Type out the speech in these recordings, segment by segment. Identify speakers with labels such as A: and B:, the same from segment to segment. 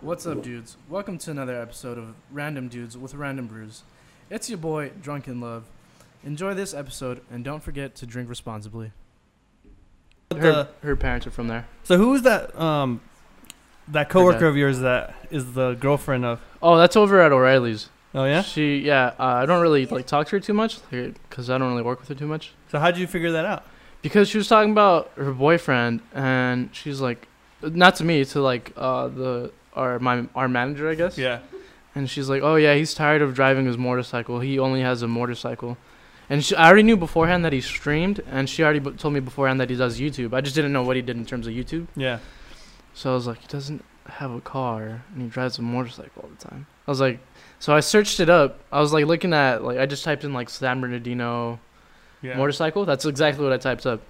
A: What's up, dudes? Welcome to another episode of Random Dudes with Random Brews. It's your boy, Drunken Love. Enjoy this episode and don't forget to drink responsibly.
B: What
A: Her,
B: the-
A: her parents are from there.
B: So who is that um that coworker of yours that is the girlfriend of?
A: Oh, that's over at O'Reilly's.
B: Oh yeah.
A: She, yeah, uh, I don't really like talk to her too much because I don't really work with her too much.
B: So how did you figure that out?
A: because she was talking about her boyfriend and she's like not to me to like uh the our my our manager i guess
B: Yeah.
A: and she's like oh yeah he's tired of driving his motorcycle he only has a motorcycle and she, i already knew beforehand that he streamed and she already b- told me beforehand that he does youtube i just didn't know what he did in terms of youtube
B: Yeah.
A: so i was like he doesn't have a car and he drives a motorcycle all the time i was like so i searched it up i was like looking at like i just typed in like san bernardino
B: Yeah.
A: motorcycle. That's exactly what I typed up.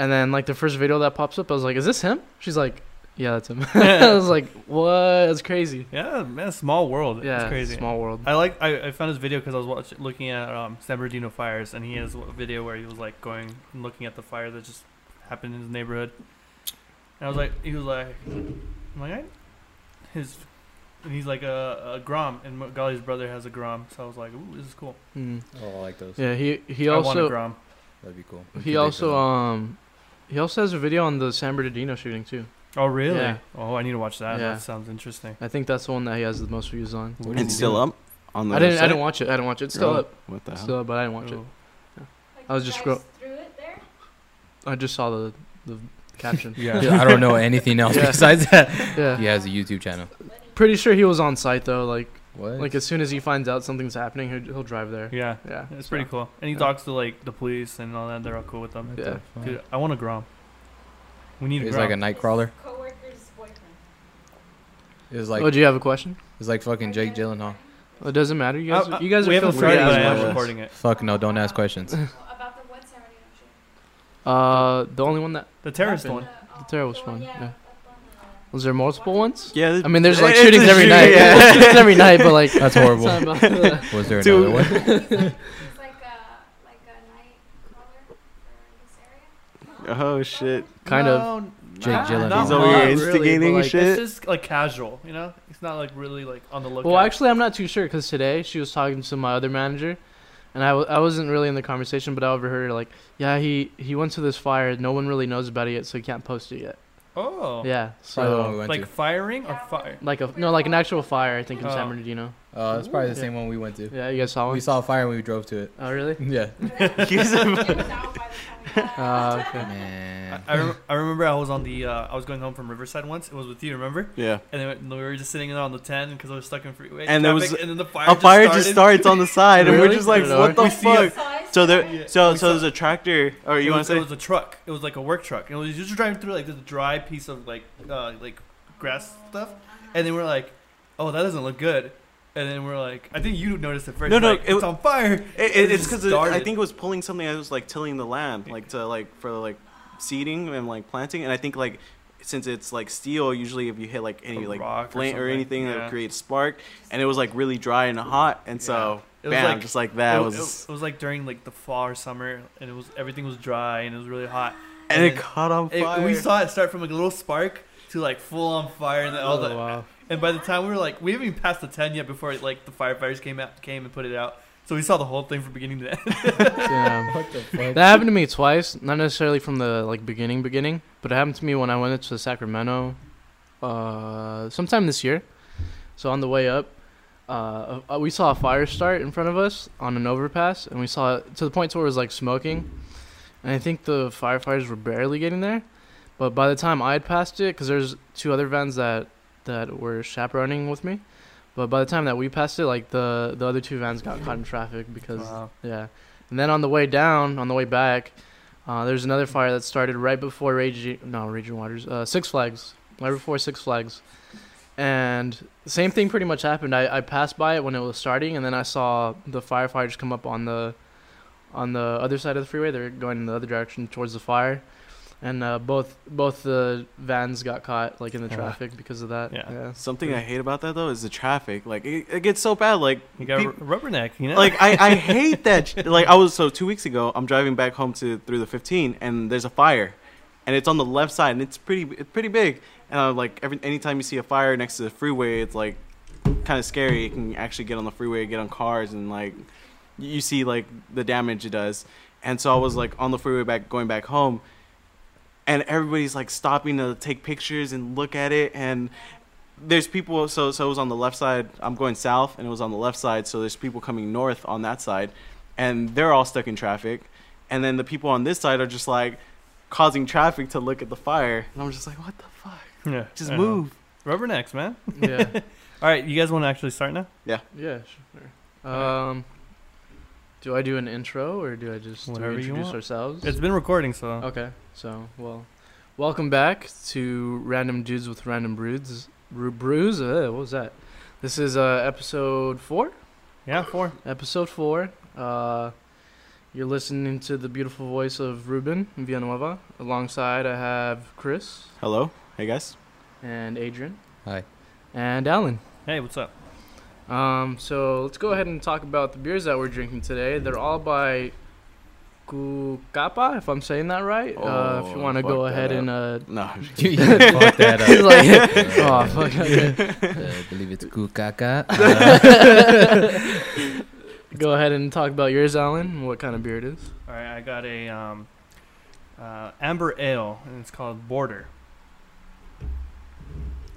A: And then like the first video that pops up, I was like, "Is this him?" She's like, "Yeah, that's him." I was like, "What? That's crazy."
B: yeah, man, small world.
A: yeah,
B: it's crazy.
A: Small world.
B: I like I, I found his video because I was watching looking at um, San Bernardino fires, and he has a video where he was like going and looking at the fire that just happened in his neighborhood. And I was like, he was like, I'm like, I- his, and he's like a, a Grom, and Gali's brother has a Grom, so I was like, ooh, this is cool.
A: Mm.
C: Oh, I like those.
A: Yeah, he he
B: I want a
A: also
B: Grom.
C: That'd be cool.
A: he also um he also has a video on the San Bernardino shooting too.
B: Oh really?
A: Yeah.
B: Oh, I need to watch that.
A: Yeah.
B: That sounds interesting.
A: I think that's the one that he has the most views on.
B: What is
D: It's
B: it?
D: still up on the
A: I didn't I
D: website?
A: didn't watch it. I didn't watch it. It's still
D: Really?
A: up.
D: What the
A: It's
D: hell?
A: still up, but I didn't watch it.
B: Oh.
A: I was just
E: Like, you
A: scroll-
E: guys threw it there.
A: I just saw the the caption.
C: Yeah. I don't know anything else
A: um, Yeah.
C: besides that.
A: yeah.
C: He has a YouTube channel.
A: Pretty sure he was on site though. Like
C: What?
A: like as soon as he finds out something's happening, he'll, he'll drive there.
B: Yeah,
A: Yeah.
B: it's
A: so-
B: pretty cool. And he
A: yeah.
B: talks to like the police and all that. They're all cool with them.
C: What
A: Yeah.
C: the fuck?
B: Dude, I want a Grom. We need a
C: He's
B: Grom.
C: like a night crawler.
E: His Coworker's boyfriend.
C: It was like
A: oh, do you have a question?
C: it was like fucking
E: Are you
C: Jake
E: guys
C: Gyllenhaal.
A: It doesn't matter. You guys,
B: I- I-
A: you guys
B: Uh, we
A: are feel
B: haven't
A: free to
B: started, but I
A: ask
B: am
A: me
C: Yeah.
B: recording it.
C: Fuck no, don't ask questions.
E: About the one San Bernardino shooting.
A: Uh, the only one that
B: The terrorist
A: Happened.
B: one.
E: The,
A: The terrorist one,
E: Yeah.
A: yeah.
E: that's on the-
A: was there multiple ones?
D: Yeah.
A: I mean, there's like
D: it's a
A: shootings every
D: shooting,
A: night.
D: yeah.
A: shootings every night, but like uh,
C: That's horrible.
A: it's not about the-
C: Was there
D: Dude.
C: another one?
E: He's like, he's like a like a night crawler for this area.
D: Oh shit.
A: kind of.
B: No,
C: Jake
B: not-
C: Gyllenhaal.
B: Ah, not
D: He's over here
B: much.
A: really, but,
D: instigating
A: like,
B: It's
D: shit.
B: just like casual, you know. It's not like really like on the lookout.
A: Well, actually, I'm not too sure because today she was talking to my other manager, and I w- I wasn't really in the conversation, but I overheard her like, yeah, he he went to this fire. No one really knows about it yet, so he can't post it yet.
B: oh,
A: Yeah,
C: Probably the one we
A: so
C: went
B: like
C: to.
B: firing or fire.
A: like a no, like an actual fire. I think in San
B: Oh.
A: Bernardino.
C: Uh, it's probably the
A: Yeah.
C: same one we went to.
A: Yeah, you guys saw
C: We
A: one.
C: saw a fire when we drove to it.
A: Oh, really?
C: Yeah.
E: It was out by the time. we got
A: Uh, okay.
B: I,
C: Man.
B: I, rem- I remember I was on the uh, I was going home from Riverside once. It was with you, remember?
D: Yeah.
B: And then we were just sitting there on the ten because I was stuck in freeway.
D: And there
B: traffic,
D: was
B: and then the fire
D: A
B: just
D: fire
B: started.
D: just starts on the side, and
A: Really?
D: we're just like,
A: I don't
D: what
A: know.
D: the
B: We see a-
D: fuck?
E: outside.
D: So
B: Yeah.
D: there, so
B: We
D: so
B: saw-
D: there's a tractor, or
B: It
D: you want
B: was-
D: to
B: It
D: say?
B: was a truck. It was like a work truck, and it was just driving through like this dry piece of like uh, like grass stuff. And then we're like, "Oh, that doesn't look good." And then we're like, "I think you noticed it first.
D: No, no,
B: like,
D: it
B: it's
D: w-
B: on fire."
D: It,
B: it
D: it, it's
B: just
D: because I
B: started.
D: think it was pulling something. I was like tilling the land, like to like for like seeding and like planting. And I think like since it's like steel, usually if you hit like any
B: A
D: like
B: rock or
D: flint or,
B: something,
D: anything,
B: yeah.
D: it'll create spark. And it was like really dry and hot, and so
B: It was
D: bam,
B: like-
D: just like that
B: it,
D: was.
B: it, it was like during like the fall or summer, and it was everything was dry and it was really hot.
D: and it
B: then
D: caught on
B: it-
D: fire.
B: we saw it start from like, a little spark to like full on fire, and then all
A: Oh,
B: the
A: wow.
B: and by the time we were like, we haven't even passed the ten yet before like the firefighters came out came and put it out. So we saw the whole thing from beginning to end.
A: Damn.
C: What the fuck?
A: That happened to me twice, not necessarily from the like beginning beginning, but it happened to me when I went to Sacramento, uh, sometime this year. So on the way up, uh, uh, we saw a fire start in front of us on an overpass, and we saw it to the point to where it was like smoking, and I think the firefighters were barely getting there, but by the time I had passed it, because there's two other vans that that were chaperoning with me, but by the time that we passed it, like the the other two vans got caught in traffic because yeah. And then on the way down, on the way back, uh, there's another fire that started right before Raging, no, Raging Waters, uh, Six Flags, right before Six Flags. And the same thing pretty much happened. I, I passed by it when it was starting, and then I saw the firefighters come up on the on the other side of the freeway. They're going in the other direction towards the fire, and uh, both both the vans got caught like in the
C: Yeah.
A: traffic because of that.
B: Yeah.
D: Something I hate about that though is the traffic. Like it, it gets so bad. Like
B: You got
D: peop-
B: a r- rubberneck, you know?
D: like I, I hate that. sh- Like I was so two weeks ago, I'm driving back home to through the 15, and there's a fire, and it's on the left side, and it's pretty it's pretty big. And I'm like, every anytime you see a fire next to the freeway, it's like kind of scary. It can actually get on the freeway, get on cars, and like you you see like the damage it does. And so I was like on the freeway back going back home, and everybody's like stopping to take pictures and look at it and there's people so so it was on the left side i'm going south and it was on the left side so there's people coming north on that side and they're all stuck in traffic and then the people on this side are just like causing traffic to look at the fire and i'm just like what the fuck
B: Yeah.
D: just
B: I know.
D: move
B: Rubbernecks, man.
A: yeah,
B: All right, you guys want to actually start now?
A: yeah, sure. Um, do I do an intro or do I just do we
B: Whatever you
A: introduce
B: want.
A: ourselves?
B: It's been recording, so
A: Okay, so well, welcome back to Random Dudes with Random Broods. Ru- Brews, uh, what was that? This is uh, episode four.
B: yeah, four.
A: Episode four. Uh, you're listening to the beautiful voice of Ruben Villanueva. Alongside, I have Chris
D: hello hey guys
A: and Adrian.
C: Hi.
A: And Alan.
B: Hey, what's up?
A: Um, so let's go ahead and talk about the beers that we're drinking today. They're all by Cucapa, if I'm saying that right. uh, if you
D: Oh,
A: want to go
D: fuck that
A: ahead
D: up.
A: and uh,
D: no I'm just
C: you, fucked that up.
A: Like- oh fuck. Okay.
C: Uh, I believe it's kukaka.
A: uh, Go ahead and talk about yours, Alan. and What kind of beer it is?
B: All right, I got a um, uh, amber ale, and it's called Border.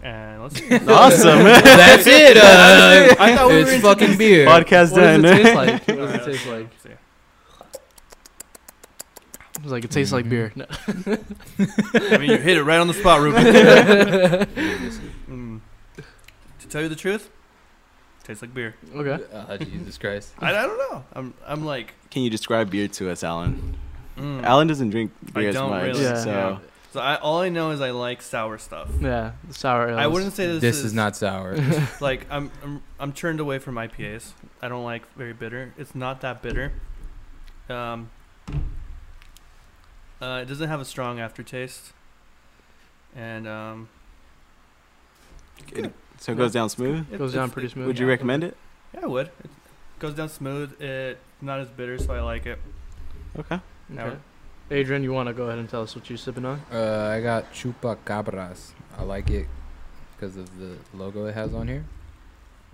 B: And let's
D: kidding. awesome
C: That's it. Uh,
D: I thought we were
C: it's fucking beer.
D: podcast
A: What does
D: done
A: it taste like? What
B: All
A: does
B: right,
A: it taste like? It's like
B: let's see.
A: it tastes like
C: Mhm.
A: beer. No.
B: I mean, you hit it right on the spot, Ruben. Mm. To tell you the truth, tastes like beer.
A: Okay.
C: Ah, Jesus Christ.
B: I, I don't know. I'm I'm like
D: can you describe beer to us alan
B: mm.
D: alan doesn't drink
B: I
D: beer as
B: don't
D: much
B: really.
A: Yeah.
D: so
B: Yeah. So I, all I know is I like sour stuff.
A: Yeah. Sour ale.
B: I wouldn't say this,
C: This, is, not sour.
B: like I'm, I'm I'm turned away from IPAs. I don't like very bitter. It's not that bitter. Um, uh, it doesn't have a strong aftertaste, and um,
D: it, so it goes down smooth
B: it-
A: Goes down
B: it's-
A: pretty smooth.
D: would you
B: yeah.
D: recommend it
B: Yeah, I would. It goes down smooth. It not as bitter, so I like it.
D: okay
A: Okay. Adrian, you want to go ahead and tell us what you're sipping on?
C: Uh, I got Chupacabras. I like it because of the logo it has on here.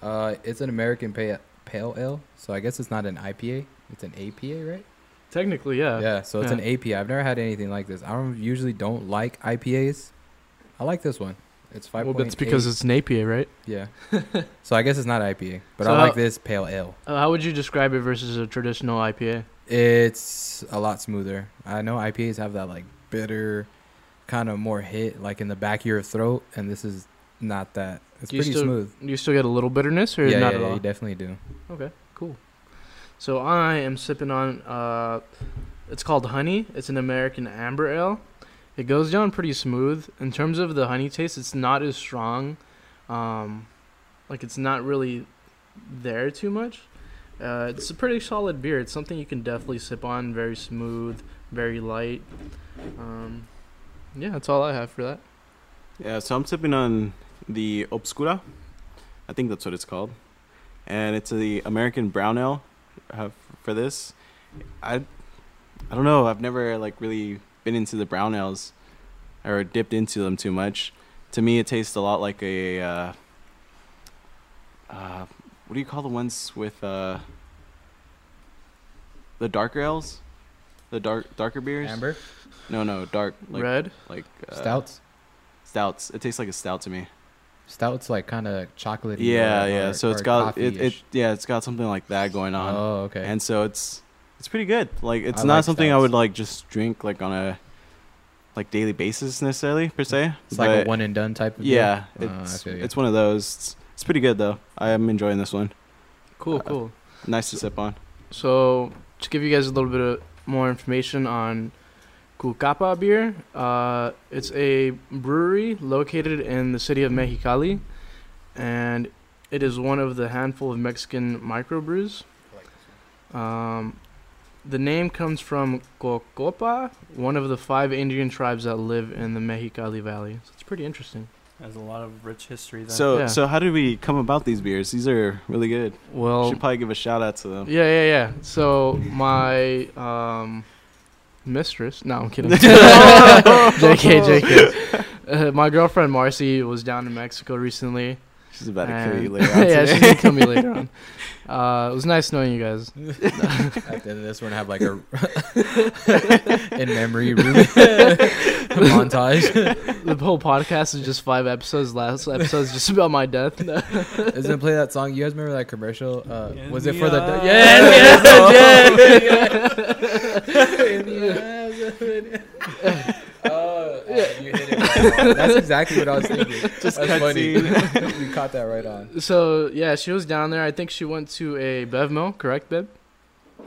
C: Uh, it's an American pale, pale ale, so I guess it's not an IPA. It's an APA, right?
A: Technically, yeah.
C: yeah, so it's
A: yeah.
C: an APA. I've never had anything like this. I don't usually don't like IPAs. I like this one. It's five.
A: Well, that's because it's an APA, right?
C: yeah. so I guess it's not IPA, but
A: So
C: I
A: how-
C: like this pale ale.
A: Uh, how would you describe it versus a traditional IPA?
C: It's a lot smoother. I know IPAs have that like bitter, kind of more hit like in the back of your throat, and this is not that. It's
A: You
C: pretty
A: still-
C: smooth.
A: Do you still get a little bitterness, or
C: yeah,
A: not
C: yeah,
A: at all?
C: you definitely do.
A: Okay, cool. So I am sipping on uh it's called honey. It's an American amber ale. It goes down pretty smooth. In terms of the honey taste, it's not as strong. Um like it's not really there too much. Uh, it's a pretty solid beer. It's something you can definitely sip on. Very smooth, very light. Um, yeah, that's all I have for that.
D: Yeah, so I'm sipping on the Obscura. I think that's what it's called. And it's the American brown ale uh, for this. I I don't know. I've never like really been into the brown ales or dipped into them too much. To me, it tastes a lot like a uh, uh, what do you call the ones with uh, the darker ales? The dark darker beers?
C: Amber
D: No, no, dark like
A: Red.
D: like uh,
C: stouts.
D: Stouts. It tastes like a stout to me.
C: Stouts like kind of chocolatey.
D: Yeah,
C: or-
D: yeah.
C: or-
D: So it's
C: or
D: got it, it.
C: coffee-ish.
D: Yeah, it's got something like that going on,
C: Oh, okay.
D: and so it's it's pretty good. Like it's
C: I
D: not
C: like
D: something I
C: stouts.
D: would like just drink like on a like daily basis necessarily per se.
C: it's like
D: but
C: a one and done type of deal?
D: Yeah,
C: Oh, I
D: it's
C: feel you.
D: it's one of those. It's, it's pretty good though. I am enjoying this one.
A: Cool,
D: Uh,
A: cool.
D: Nice to sip on.
A: So to give you guys a little bit of more information on Cucapa beer, uh, it's a brewery located in the city of Mexicali, and it is one of the handful of Mexican microbrews. Um, the name comes from Cocopa, one of the five Indian tribes that live in the Mexicali Valley. So it's pretty interesting.
B: There's a lot of rich history. There.
D: So
A: Yeah.
D: so how did we come about these beers? These are really good.
A: Well,
C: Oh.
D: Should probably give a shout out to them.
A: Yeah, yeah, yeah. So my um, mistress. No, I'm kidding. JK, JK. Uh, my girlfriend Marcy was down in Mexico recently.
D: She's about to kill
A: and-
D: you later. On
A: yeah, she's
D: today.
A: gonna kill me later on. Uh, it was nice knowing you guys.
C: At the end of this, we're gonna have like a in memory room montage.
A: The whole podcast is just five episodes. Last episode is just about my death.
C: Is gonna play that song? You guys remember that commercial? Uh,
B: In
C: was it
B: the
C: for the?
B: eye.
C: Yes, yes, yes. In the eyes of- Oh, you hit it right on. That's exactly what I was thinking.
D: Just
C: That's funny.
D: cutscene.
C: you caught that right on.
A: so yeah, she was down there. I think she went to a Bevmo, correct, Beb?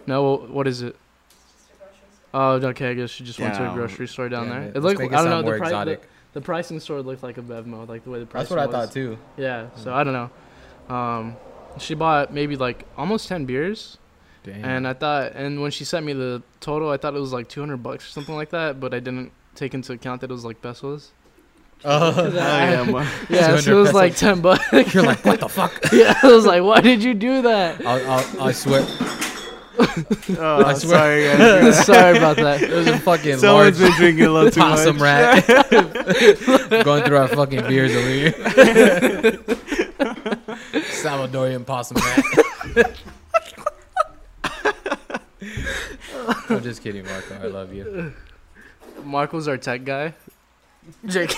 A: No, what is it? Oh, okay. I guess she just went to a
D: Yeah.
A: grocery store down
C: Yeah,
A: there.
C: man,
A: It
C: let's
A: looked.
C: make
A: I don't know.
C: sound
A: The,
C: more
A: pri- the,
C: exotic.
A: the pricing store looked like a Bevmo, like the way the price.
C: That's what I
A: was.
C: thought too.
A: Yeah. So I don't know. Um, she bought maybe like almost ten beers,
C: Damn.
A: and I thought, and when she sent me the total, I thought it was like two hundred bucks or something like that, but I didn't take into account that it was like pesos.
D: Oh, yeah, ma-
A: Yeah, so it
C: 200
A: was
C: pesos.
A: like ten bucks.
C: You're like, what the fuck?
A: yeah, I was like, why did you do that?
C: I'll, I'll, I swear.
D: Oh,
C: I swear.
D: Sorry, guys.
A: Sorry about that.
C: It was a fucking large
D: Someone's been drinking a little too much.
C: possum rat going through our fucking beers over here. Salvadorian possum rat. I'm just kidding, Marco. I love you.
A: Mark was our tech guy. JK.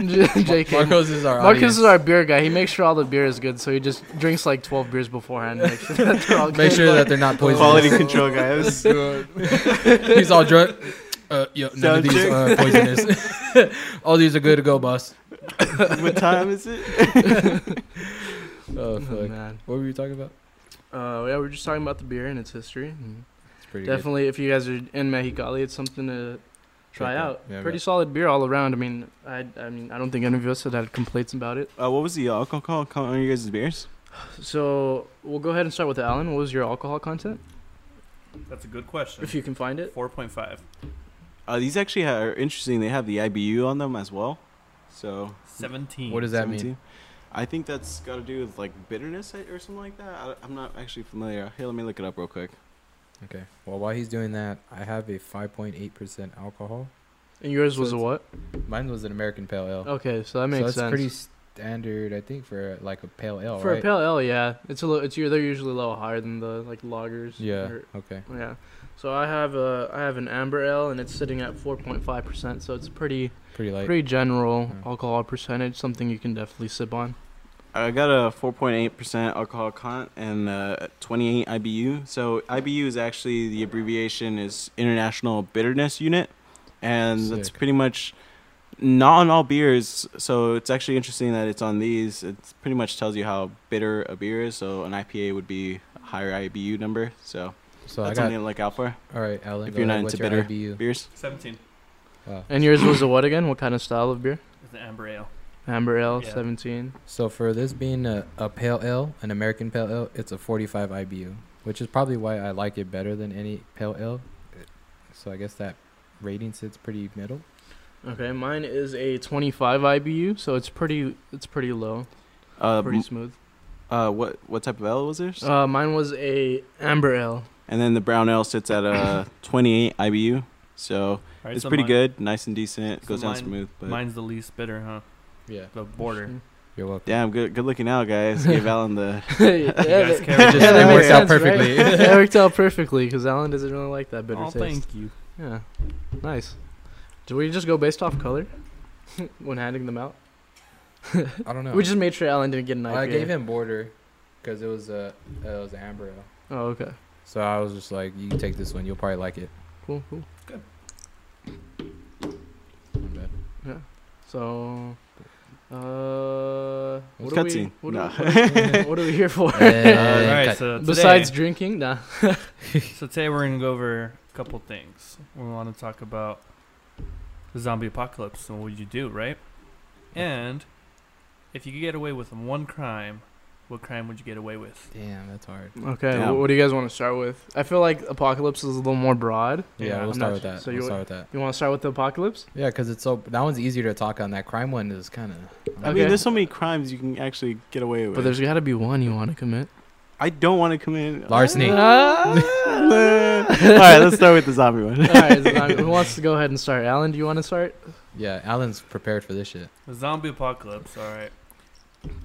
A: J- JK.
C: Marcos is our
A: Marcus
C: audience.
A: is our beer guy. He makes sure all the beer is good, so he just drinks like 12 beers beforehand. Make sure that they're all
C: Make
A: good.
C: sure that they're not poisonous.
D: Quality control, guys.
C: He's all drunk. Uh, yo, none
D: Sound
C: of these
D: check.
C: are poisonous. all these are good to go, boss.
D: what time is it?
C: Oh,
A: Oh,
C: fuck.
A: man.
C: What were you talking about? Mm-hmm.
A: Uh, yeah, we're just talking about the beer and its history. and
C: It's pretty
A: Definitely, if you guys are in Mexicali, it's something to try
C: Check out.
A: out.
C: Yeah, we
A: Pretty
C: got-
A: solid beer all around. I mean, I, I mean, I don't think any of us had had complaints about it.
D: Uh, what was the alcohol count on you guys' beers?
A: So we'll go ahead and start with Alan. What was your alcohol content,
B: That's a good question.
A: if you can find it?
B: 4.5.
D: Uh, these actually are interesting. They have the IBU on them as well. So
B: 17.
C: What does that mean?
D: 17. I think that's got to do with like bitterness or something like that. I, I'm not actually familiar. Here, let me look it up real quick.
C: Okay. Well, while he's doing that, I have a 5.8% alcohol.
A: And yours was a
C: Since-
A: what?
C: Mine was an American Pale Ale.
A: Okay, so Oh, that
C: so
A: makes
C: that's
A: sense.
C: pretty standard, I think, for like a pale ale,
A: For
C: right?
A: a pale ale, yeah, it's a little, it's u- they're usually a little higher than the like lagers.
C: Yeah.
A: or-
C: Okay.
A: yeah. So I have a I have an amber ale and it's sitting at 4.5 percent, so it's pretty
C: Pretty light.
A: pretty general
C: Yeah.
A: alcohol percentage, something you can definitely sip on.
D: I got a 4.8% alcohol count and uh, 28 IBU. So IBU is actually the abbreviation is International Bitterness Unit, and that's
C: Sick.
D: pretty much not on all beers. So it's actually interesting that it's on these. It pretty much tells you how bitter a beer is. So an IPA would be a higher IBU number. So
C: so I
D: that's
C: got.
D: something to look out for.
C: all right, Alan.
D: if
C: go
D: you're
C: ahead,
D: not
C: what's
D: into
C: your
D: bitter
C: IBU?
D: Beers.
B: 17.
C: Wow.
A: And yours was a what again? What kind of style of beer?
B: It's an amber ale.
A: Amber ale,
B: Yeah.
A: 17.
C: So for this being a, a pale ale, an American pale ale, it's a 45 IBU, which is probably why I like it better than any pale ale. So I guess that rating sits pretty middle.
A: Okay, mine is a 25 IBU, so it's pretty it's pretty low,
D: Uh,
A: pretty
D: m-
A: smooth.
D: uh, what what type of ale was this?
A: Uh, mine was a amber ale.
D: and then the brown ale sits at a 28 IBU. So
B: Alright,
D: it's
B: so
D: pretty
B: mine-
D: good, nice and decent.
B: So
D: Goes down
B: mine-
D: smooth, but
B: Mine's the least bitter, huh?
C: Yeah.
B: The border.
C: You're welcome.
D: damn, good, good looking out, guys. Give Alan the.
A: yeah, that-
B: guys carry it.
A: yeah,
B: Just-
A: that
B: it
A: makes
C: worked
A: sense, right?
C: out perfectly.
A: it worked out perfectly because Alan doesn't really like that bitter
B: Oh,
A: taste.
B: thank you.
A: Yeah, nice. Do we just go based off color when handing them out?
C: I don't know.
A: We just made sure Alan didn't get an IPA.
C: I gave him border because it was a it was an amber ale.
A: Oh, okay.
C: So I was just like, you can take this one. You'll probably like it.
A: Cool, cool. Yeah. So, uh, what are we?
D: Cutscene.
A: What,
D: Nah.
A: are we what, are, what are we here for?
B: All
C: Yeah.
B: right,
C: cut.
B: so today,
A: Besides drinking, nah.
B: so today we're gonna go over a couple things. We want to talk about the zombie apocalypse and what you do, right? And if you could get away with one crime, what crime would you get away with?
C: Damn, that's hard.
A: Okay.
D: Damn.
A: wh- What do you guys want to start with? I feel like apocalypse is a little more broad.
C: Yeah,
B: Yeah,
C: we'll
A: I'm
C: start
A: not-
C: with that.
A: so
C: we'll
A: you-
C: start with that.
A: You want to start with the apocalypse?
C: Yeah, because it's so that one's easier to talk on. That crime one is kind of.
D: I
A: Okay.
D: mean, there's so many crimes you can actually get away with.
A: But there's got to be one you want to commit.
D: I don't want to commit
C: Larceny.
A: Ah!
D: All right, let's start with the zombie one.
A: All right, Zombie- who wants to go ahead and start? Alan, do you want to start?
C: Yeah, Alan's prepared for this shit.
B: The zombie apocalypse. All right.